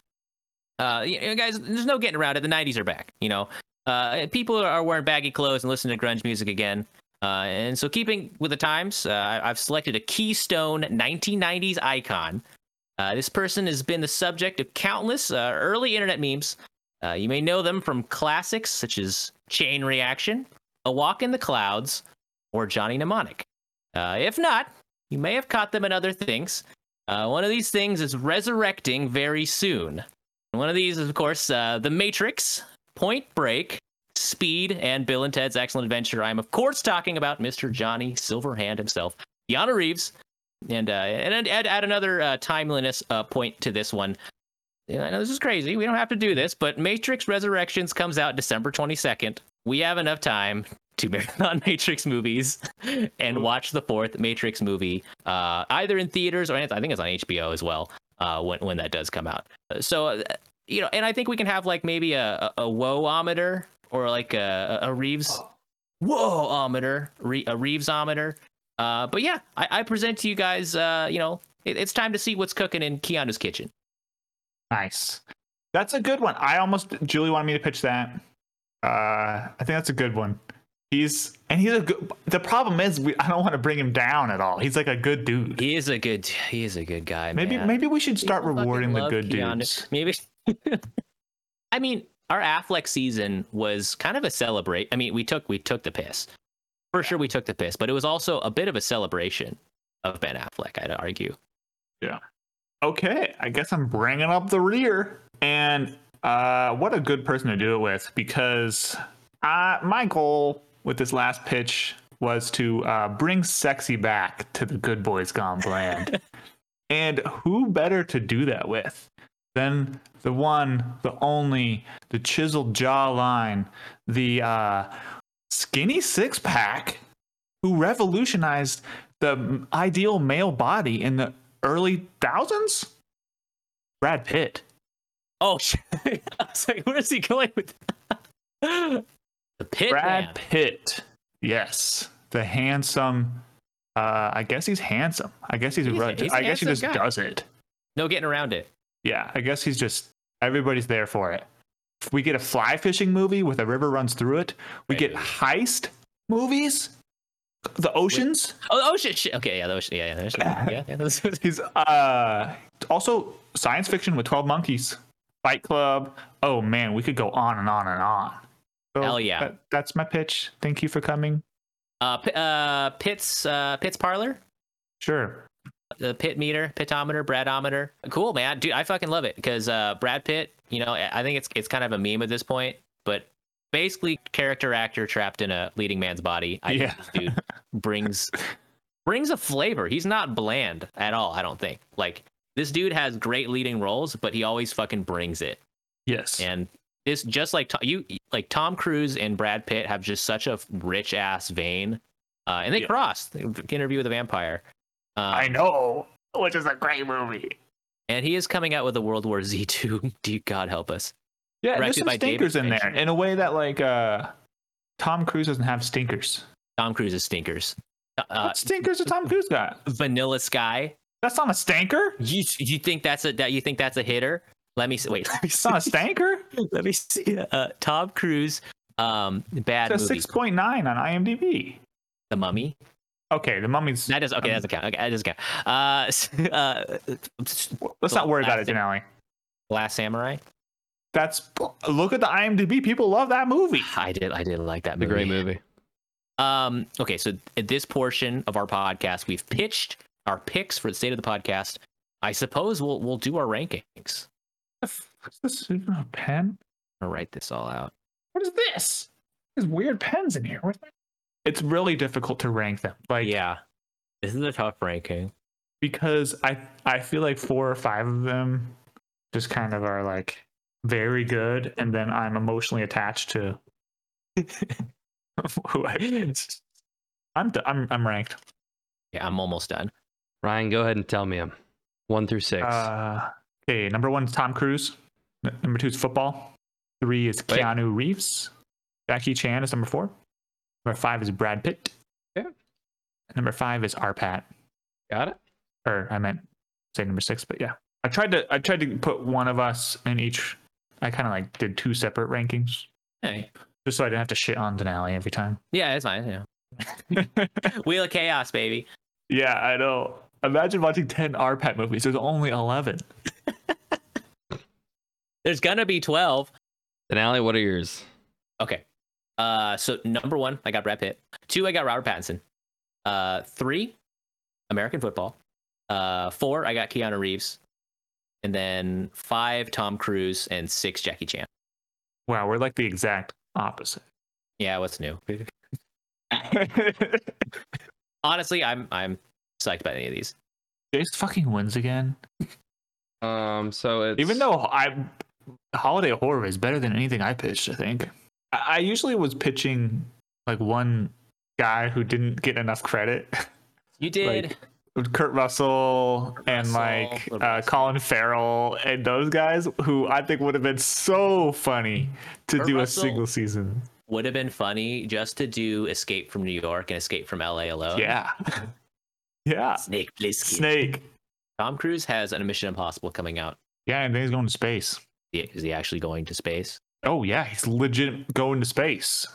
Uh, you know, guys, there's no getting around it. The '90s are back. You know, uh, people are wearing baggy clothes and listening to grunge music again. Uh, and so, keeping with the times, uh, I- I've selected a keystone 1990s icon. Uh, this person has been the subject of countless uh, early internet memes. Uh, you may know them from classics such as Chain Reaction, A Walk in the Clouds, or Johnny Mnemonic. Uh, if not, you may have caught them in other things. Uh, one of these things is resurrecting very soon. One of these is, of course, uh, The Matrix, Point Break, Speed, and Bill and Ted's Excellent Adventure. I'm, of course, talking about Mr. Johnny Silverhand himself, Keanu Reeves. And, uh, and I'd add, add another uh, timeliness uh, point to this one. Yeah, I know this is crazy. We don't have to do this, but Matrix Resurrections comes out December 22nd. We have enough time to marathon Matrix movies and watch the fourth Matrix movie, uh, either in theaters or I think it's on HBO as well uh, when, when that does come out. Uh, So, uh, you know, and I think we can have like maybe a, a, a woe-ometer or like a, a Reeves whoa-ometer, Re- a Reevesometer. Uh, but yeah, I, I present to you guys, uh, you know, it, it's time to see what's cooking in Keanu's kitchen.
Nice. That's a good one. I almost Julie wanted me to pitch that. Uh, I think that's a good one. He's and he's a good. The problem is we, I don't want to bring him down at all. He's like a good dude.
He is a good. He is a good guy.
Maybe
man.
maybe we should start
People fucking
rewarding the
love
good
Keanu.
dudes.
Maybe. I mean, our Affleck season was kind of a celebrate. I mean, we took we took the piss. For sure, we took the piss, but it was also a bit of a celebration of Ben Affleck. I'd argue.
Okay, I guess I'm bringing up the rear. And uh, what a good person to do it with because uh, my goal with this last pitch was to uh, bring sexy back to the good boys gone bland. and who better to do that with than the one, the only, the chiseled jawline, the uh, skinny six pack who revolutionized the ideal male body in the early thousands? Brad Pitt.
Oh, sh- I was like, where is he going with that? the pit
Brad
man?
Pitt. Yes, the handsome. Uh, I guess he's handsome. I guess he's.
He's-
really-
he's a
I guess he just
handsome guy.
does it.
No getting around it.
Yeah, I guess he's just everybody's there for it. If we get a fly fishing movie with a river runs through it. We
Right.
get heist movies. The oceans.
Oh, oh shit, shit. Okay, yeah, that was yeah, yeah, that was- yeah. yeah that was-
He's uh also science fiction with Twelve Monkeys, Fight Club. Oh man, we could go on and on and on. So
Hell yeah.
that- that's my pitch. Thank you for coming.
uh, P- uh, Pitt's uh, Pitt's parlor,
Sure.
the pit meter, pitometer, bradometer. Cool, man, dude. I fucking love it because uh, Brad Pitt. You know, I I think it's it's kind of a meme at this point, but basically, character actor trapped in a leading man's body. I
Yeah.
think this dude brings brings a flavor. He's not bland at all. I don't think. Like this dude has great leading roles, but he always fucking brings it.
Yes.
and this just like To- you like tom cruise and brad pitt have just such a rich ass vein uh, and they
Yeah.
crossed interview with a vampire um,
I know, which is a great movie.
and he is coming out with a world war z 2 do god help us
Yeah, and
Directed
there's some
by David
stinkers in there
Fincher.
in a way that like uh Tom Cruise doesn't have stinkers.
tom cruise is stinkers uh,
what stinkers does Tom Cruise got?
vanilla sky
That's not a stinker.
you you think that's a that you think that's a hitter let me see wait let me
It's
see,
not a stinker.
let me see uh, tom cruise um bad
It's a
movie
six point nine on IMDb.
the mummy
Okay, the mummy's.
that does okay that doesn't count okay that doesn't count uh, s- uh
let's not worry about it,
Classic.
Denali.
last samurai
That's look at the IMDb. People love that movie.
I did. I did like that
The
movie.
great movie.
Um. Okay. So at this portion of our podcast, we've pitched our picks for the state of the podcast. I suppose we'll we'll do our rankings.
What's this Is there a pen?
I'm gonna write this all out.
What is this? There's weird pens in here. Where's my- It's really difficult to rank them. Like
Uh, yeah. This is a tough ranking.
because I I feel like four or five of them just kind of are like very good, and then I'm emotionally attached to who I. I'm d- I'm I'm ranked.
Yeah, I'm almost done.
Ryan, go ahead and tell me them. One through six.
Uh, okay, number one is Tom Cruise. N- number two is football. Three is
Wait.
Keanu Reeves. Jackie Chan is number four. Number five is Brad Pitt.
Yeah.
Number five is Arpat.
Got it.
or I meant say number six, but yeah. I tried to I tried to put one of us in each. I kind of like did two separate rankings
Hey.
just so I didn't have to shit on Denali every time.
Yeah, it's fine. Yeah. Wheel of Chaos, baby.
yeah, I know. Imagine watching ten RPAT movies. There's only eleven.
There's gonna be twelve.
Denali, what are yours?
Okay. Uh, so number one, I got Brad Pitt. Two, I got Robert Pattinson. Uh, three, American football. Uh, four, I got Keanu Reeves. And then five, Tom Cruise, and six, Jackie Chan.
Wow, we're like the exact opposite.
Yeah, what's new? Honestly, I'm I'm psyched about any of these.
Jace fucking wins again.
Um, so it's
Even though I holiday horror is better than anything I pitched, I think. I, I usually was pitching like one guy who didn't get enough credit.
You did.
Like, Kurt Russell and
Russell,
like
Kurt
uh,
Russell.
Colin Farrell and those guys who I think would have been so funny to
Kurt
do
Russell.
a single season.
Would have been funny just to do Escape from New York and Escape from LA alone.
yeah. yeah.
Snake Plissken.
Snake.
Tom Cruise has an Mission Impossible coming out.
Yeah, and then he's going to space.
Is he actually going to space?
Oh yeah, he's legit going to space.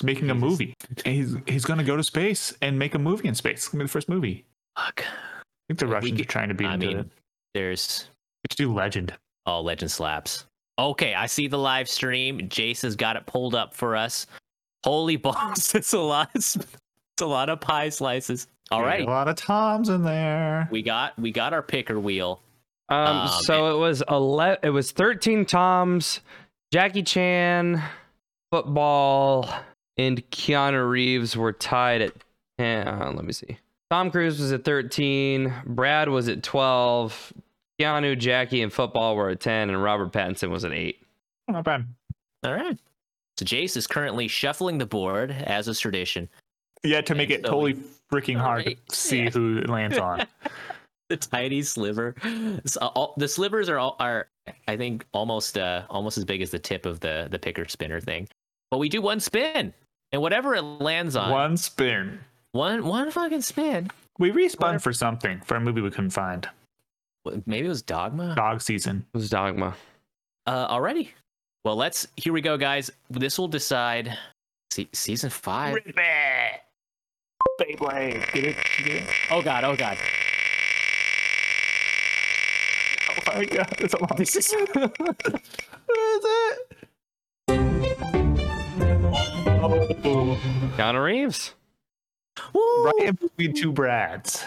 He's making a
Jesus.
movie. And he's he's gonna go to space and make a movie in space. It's gonna be the first movie.
Fuck.
I think the
We
Russians
could-
are trying to beat
I
him to
mean,
it.
there's
We should do legend.
Oh, legend slaps. Okay, I see the live stream. Jace has got it pulled up for us. Holy balls, it's a lot. It's a lot of pie slices. All
There's
right,
A lot of toms in there.
we got we got our picker wheel.
Um,
Um,
so it, was ele- it was 13 Toms, Jackie Chan, football, and Keanu Reeves were tied at 10. uh, let me see. Tom Cruise was at 13, Brad was at 12, Keanu, Jackie, and football were at 10, and Robert Pattinson was at 8.
Oh, Not bad.
All right. So Jace is currently shuffling the board as is tradition.
Yeah, to make
And
it
so
totally
we-
freaking hard to
Alright,
see
yeah.
who it lands on.
the tiny sliver. So all, the slivers are all are I think almost uh almost as big as the tip of the the picker spinner thing. But we do one spin, and whatever it lands on,
One spin.
one one fucking spin.
We respun for something for a movie we couldn't find.
What- Maybe it was dogma.
Dog season.
was Dogma.
Uh, already. Well, let's. Here we go, guys. This will decide. See, season five.
Beyblade. Get it? Get it?
Oh god. Oh god.
Oh my god, it's a lot. This is it?
Keanu Reeves.
Woo!
Right in between two Brads.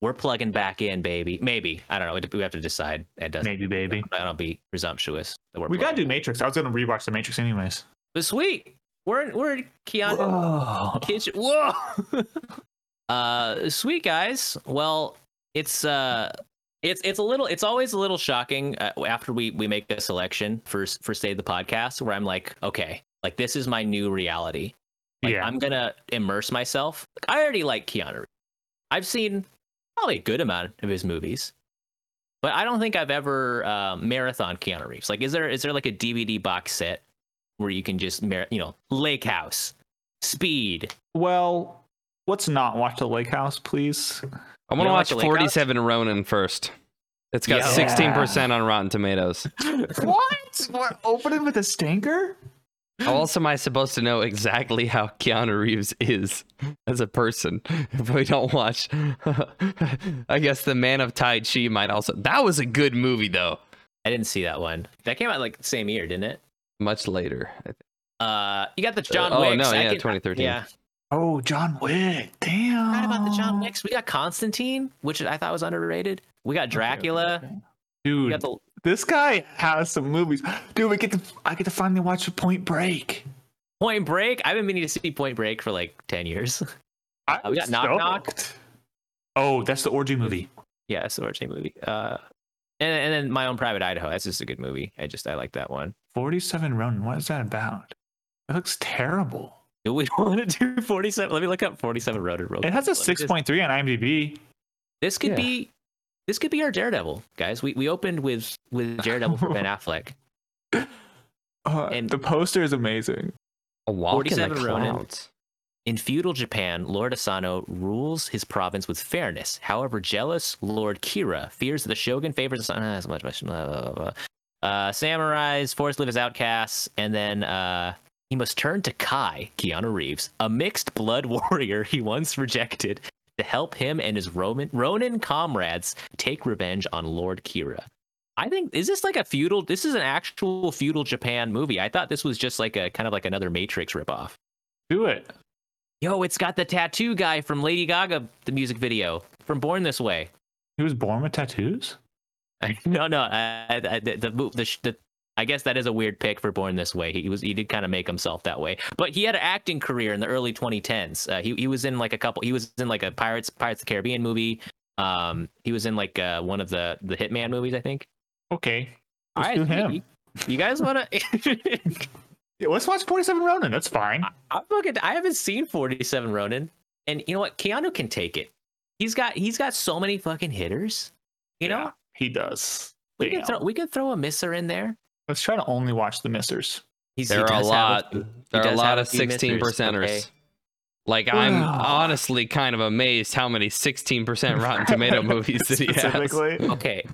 We're plugging back in, baby. Maybe. I don't know. We have to decide. It doesn't.
Maybe, baby.
That'll be presumptuous. that we're
We gotta
plugging.
do Matrix. I was gonna rewatch the Matrix anyways.
But sweet. We're in, we're in Keanu.
Oh,
kitchen. Whoa. uh, sweet guys. Well, it's uh, it's it's a little. It's always a little shocking uh, after we we make a selection for s- for save the podcast, where I'm like, okay, like this is my new reality. Like,
yeah.
I'm gonna immerse myself. Like, I already like Keanu. Reeves. I've seen probably a good amount of his movies, but I don't think I've ever uh, marathon Keanu Reeves. Like, is there is there like a DVD box set where you can just mar- you know Lake House, Speed?
Well, let's not watch The Lake House, please.
I
You
want to
don't
watch
like the Lake House?
47 Ronin first. It's got
Yeah.
16% on Rotten Tomatoes.
what? We're opening with a stinker?
How else am I supposed to know exactly how Keanu Reeves is as a person if we don't watch? I guess The Man of Tai Chi might also. That was a good movie, though.
I didn't see that one. That came out like the same year, didn't it?
Much later. I think.
Uh, you got the John
oh,
Wick.
no, yeah, 2013.
Yeah,
Oh, John Wick. Damn.
forgot about the John Wicks. We got Constantine, which I thought was underrated. We got Dracula. We
Dude,
got the
this guy has some movies. Dude, we get to I get to finally watch Point Break.
Point Break. I've been meaning to see Point Break for like ten years.
I
we got Knock Knock.
Oh, that's the orgy movie.
yeah, it's the orgy movie. Uh, and and then my own private Idaho. That's just a good movie. I just I like that one.
47 Ronin. What is that about? It looks terrible.
Do we want to do forty seven? Let me look up forty seven Rotor Road.
It has a 6.3 on IMDb.
This could
Yeah.
be this could be our Daredevil, guys. We we opened with with Daredevil for Ben Affleck.
Uh,
And-
the poster is amazing.
A Walk in the
47 Ronin.
Clouds.
In feudal Japan, Lord Asano rules his province with fairness. However, jealous Lord Kira fears that the shogun favors Asano as much. much- Blah, blah, blah, blah. Uh, samurais forced to live as outcasts, and then uh, he must turn to Kai, Keanu Reeves, a mixed blood warrior he once rejected, to help him and his Roman Ronin comrades take revenge on Lord Kira. I think is this like a feudal? This is an actual feudal Japan movie. I thought this was just like a kind of like another Matrix ripoff.
Do it.
Yo, it's got the tattoo guy from Lady Gaga, the music video from Born This Way.
He was born with tattoos?
no, no, I, I, I- the, the, mo- the, sh- the, I guess that is a weird pick for Born This Way. He was he did kind of make himself that way, but he had an acting career in the early 2010s. Uh, he he was in like a couple. He was in like a Pirates Pirates of the Caribbean movie. Um, he was in like uh, one of the the Hitman movies, I think.
Okay. Let's do
you-
him.
You, you guys want to?
Yeah, let's watch 47 Ronin. That's fine.
I'm fucking. I haven't seen 47 Ronin, and you know what? Keanu can take it. He's got he's got so many fucking hitters. You know,
Yeah, he does.
we can
Damn.
throw we can throw a misser in there.
Let's try to only watch the missers.
He's
There
he
are a
does have
lot.
few-
there are a
does
lot
have
of
a few missers,
16 percenters.
okay.
Like I'm
Wow.
honestly kind of amazed how many 16% Rotten Tomato movies that he has.
Specifically.
okay,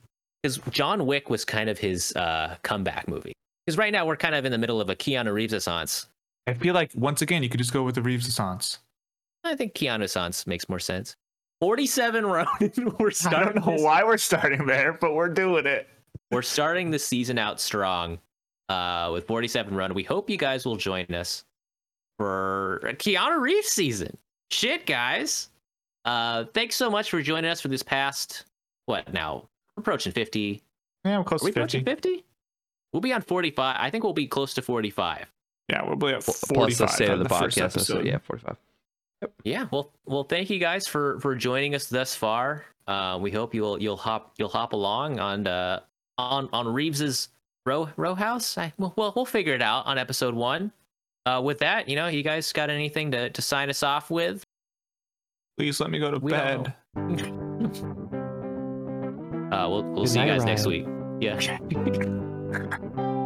because John Wick was kind of his uh, comeback movie. Because right now we're kind of in the middle of a Keanu Reeves essence.
I feel like once again you could just go with the Reeves Assance.
I think Keanu essence makes more sense. 47 Ronin. We're
I don't
starting.
know
this-
why we're starting there, but we're doing it.
we're starting the season out strong uh, with 47 run. We hope you guys will join us for a Keanu Reeves season. Shit, guys. Uh, thanks so much for joining us for this past, what now? We're approaching 50.
Yeah, we're close
Are we
to
approaching
50.
50? We'll be on 45. I think we'll be close to 45.
Yeah, we'll be at
Plus
45
the state of
on
the,
first
podcast.
episode.
So, yeah, 45.
Yeah, well, well, thank you guys for for joining us thus far. Uh, we hope you'll you'll hop you'll hop along on uh, on on Reeves's row row house. I, well, well, we'll figure it out on episode one. uh, with that, you know, you guys got anything to, to sign us off with?
Please let me go to
We don't
bed.
Uh, we'll
Good
we'll Uh, see you
night,
guys next week.
Ryan.
Yeah.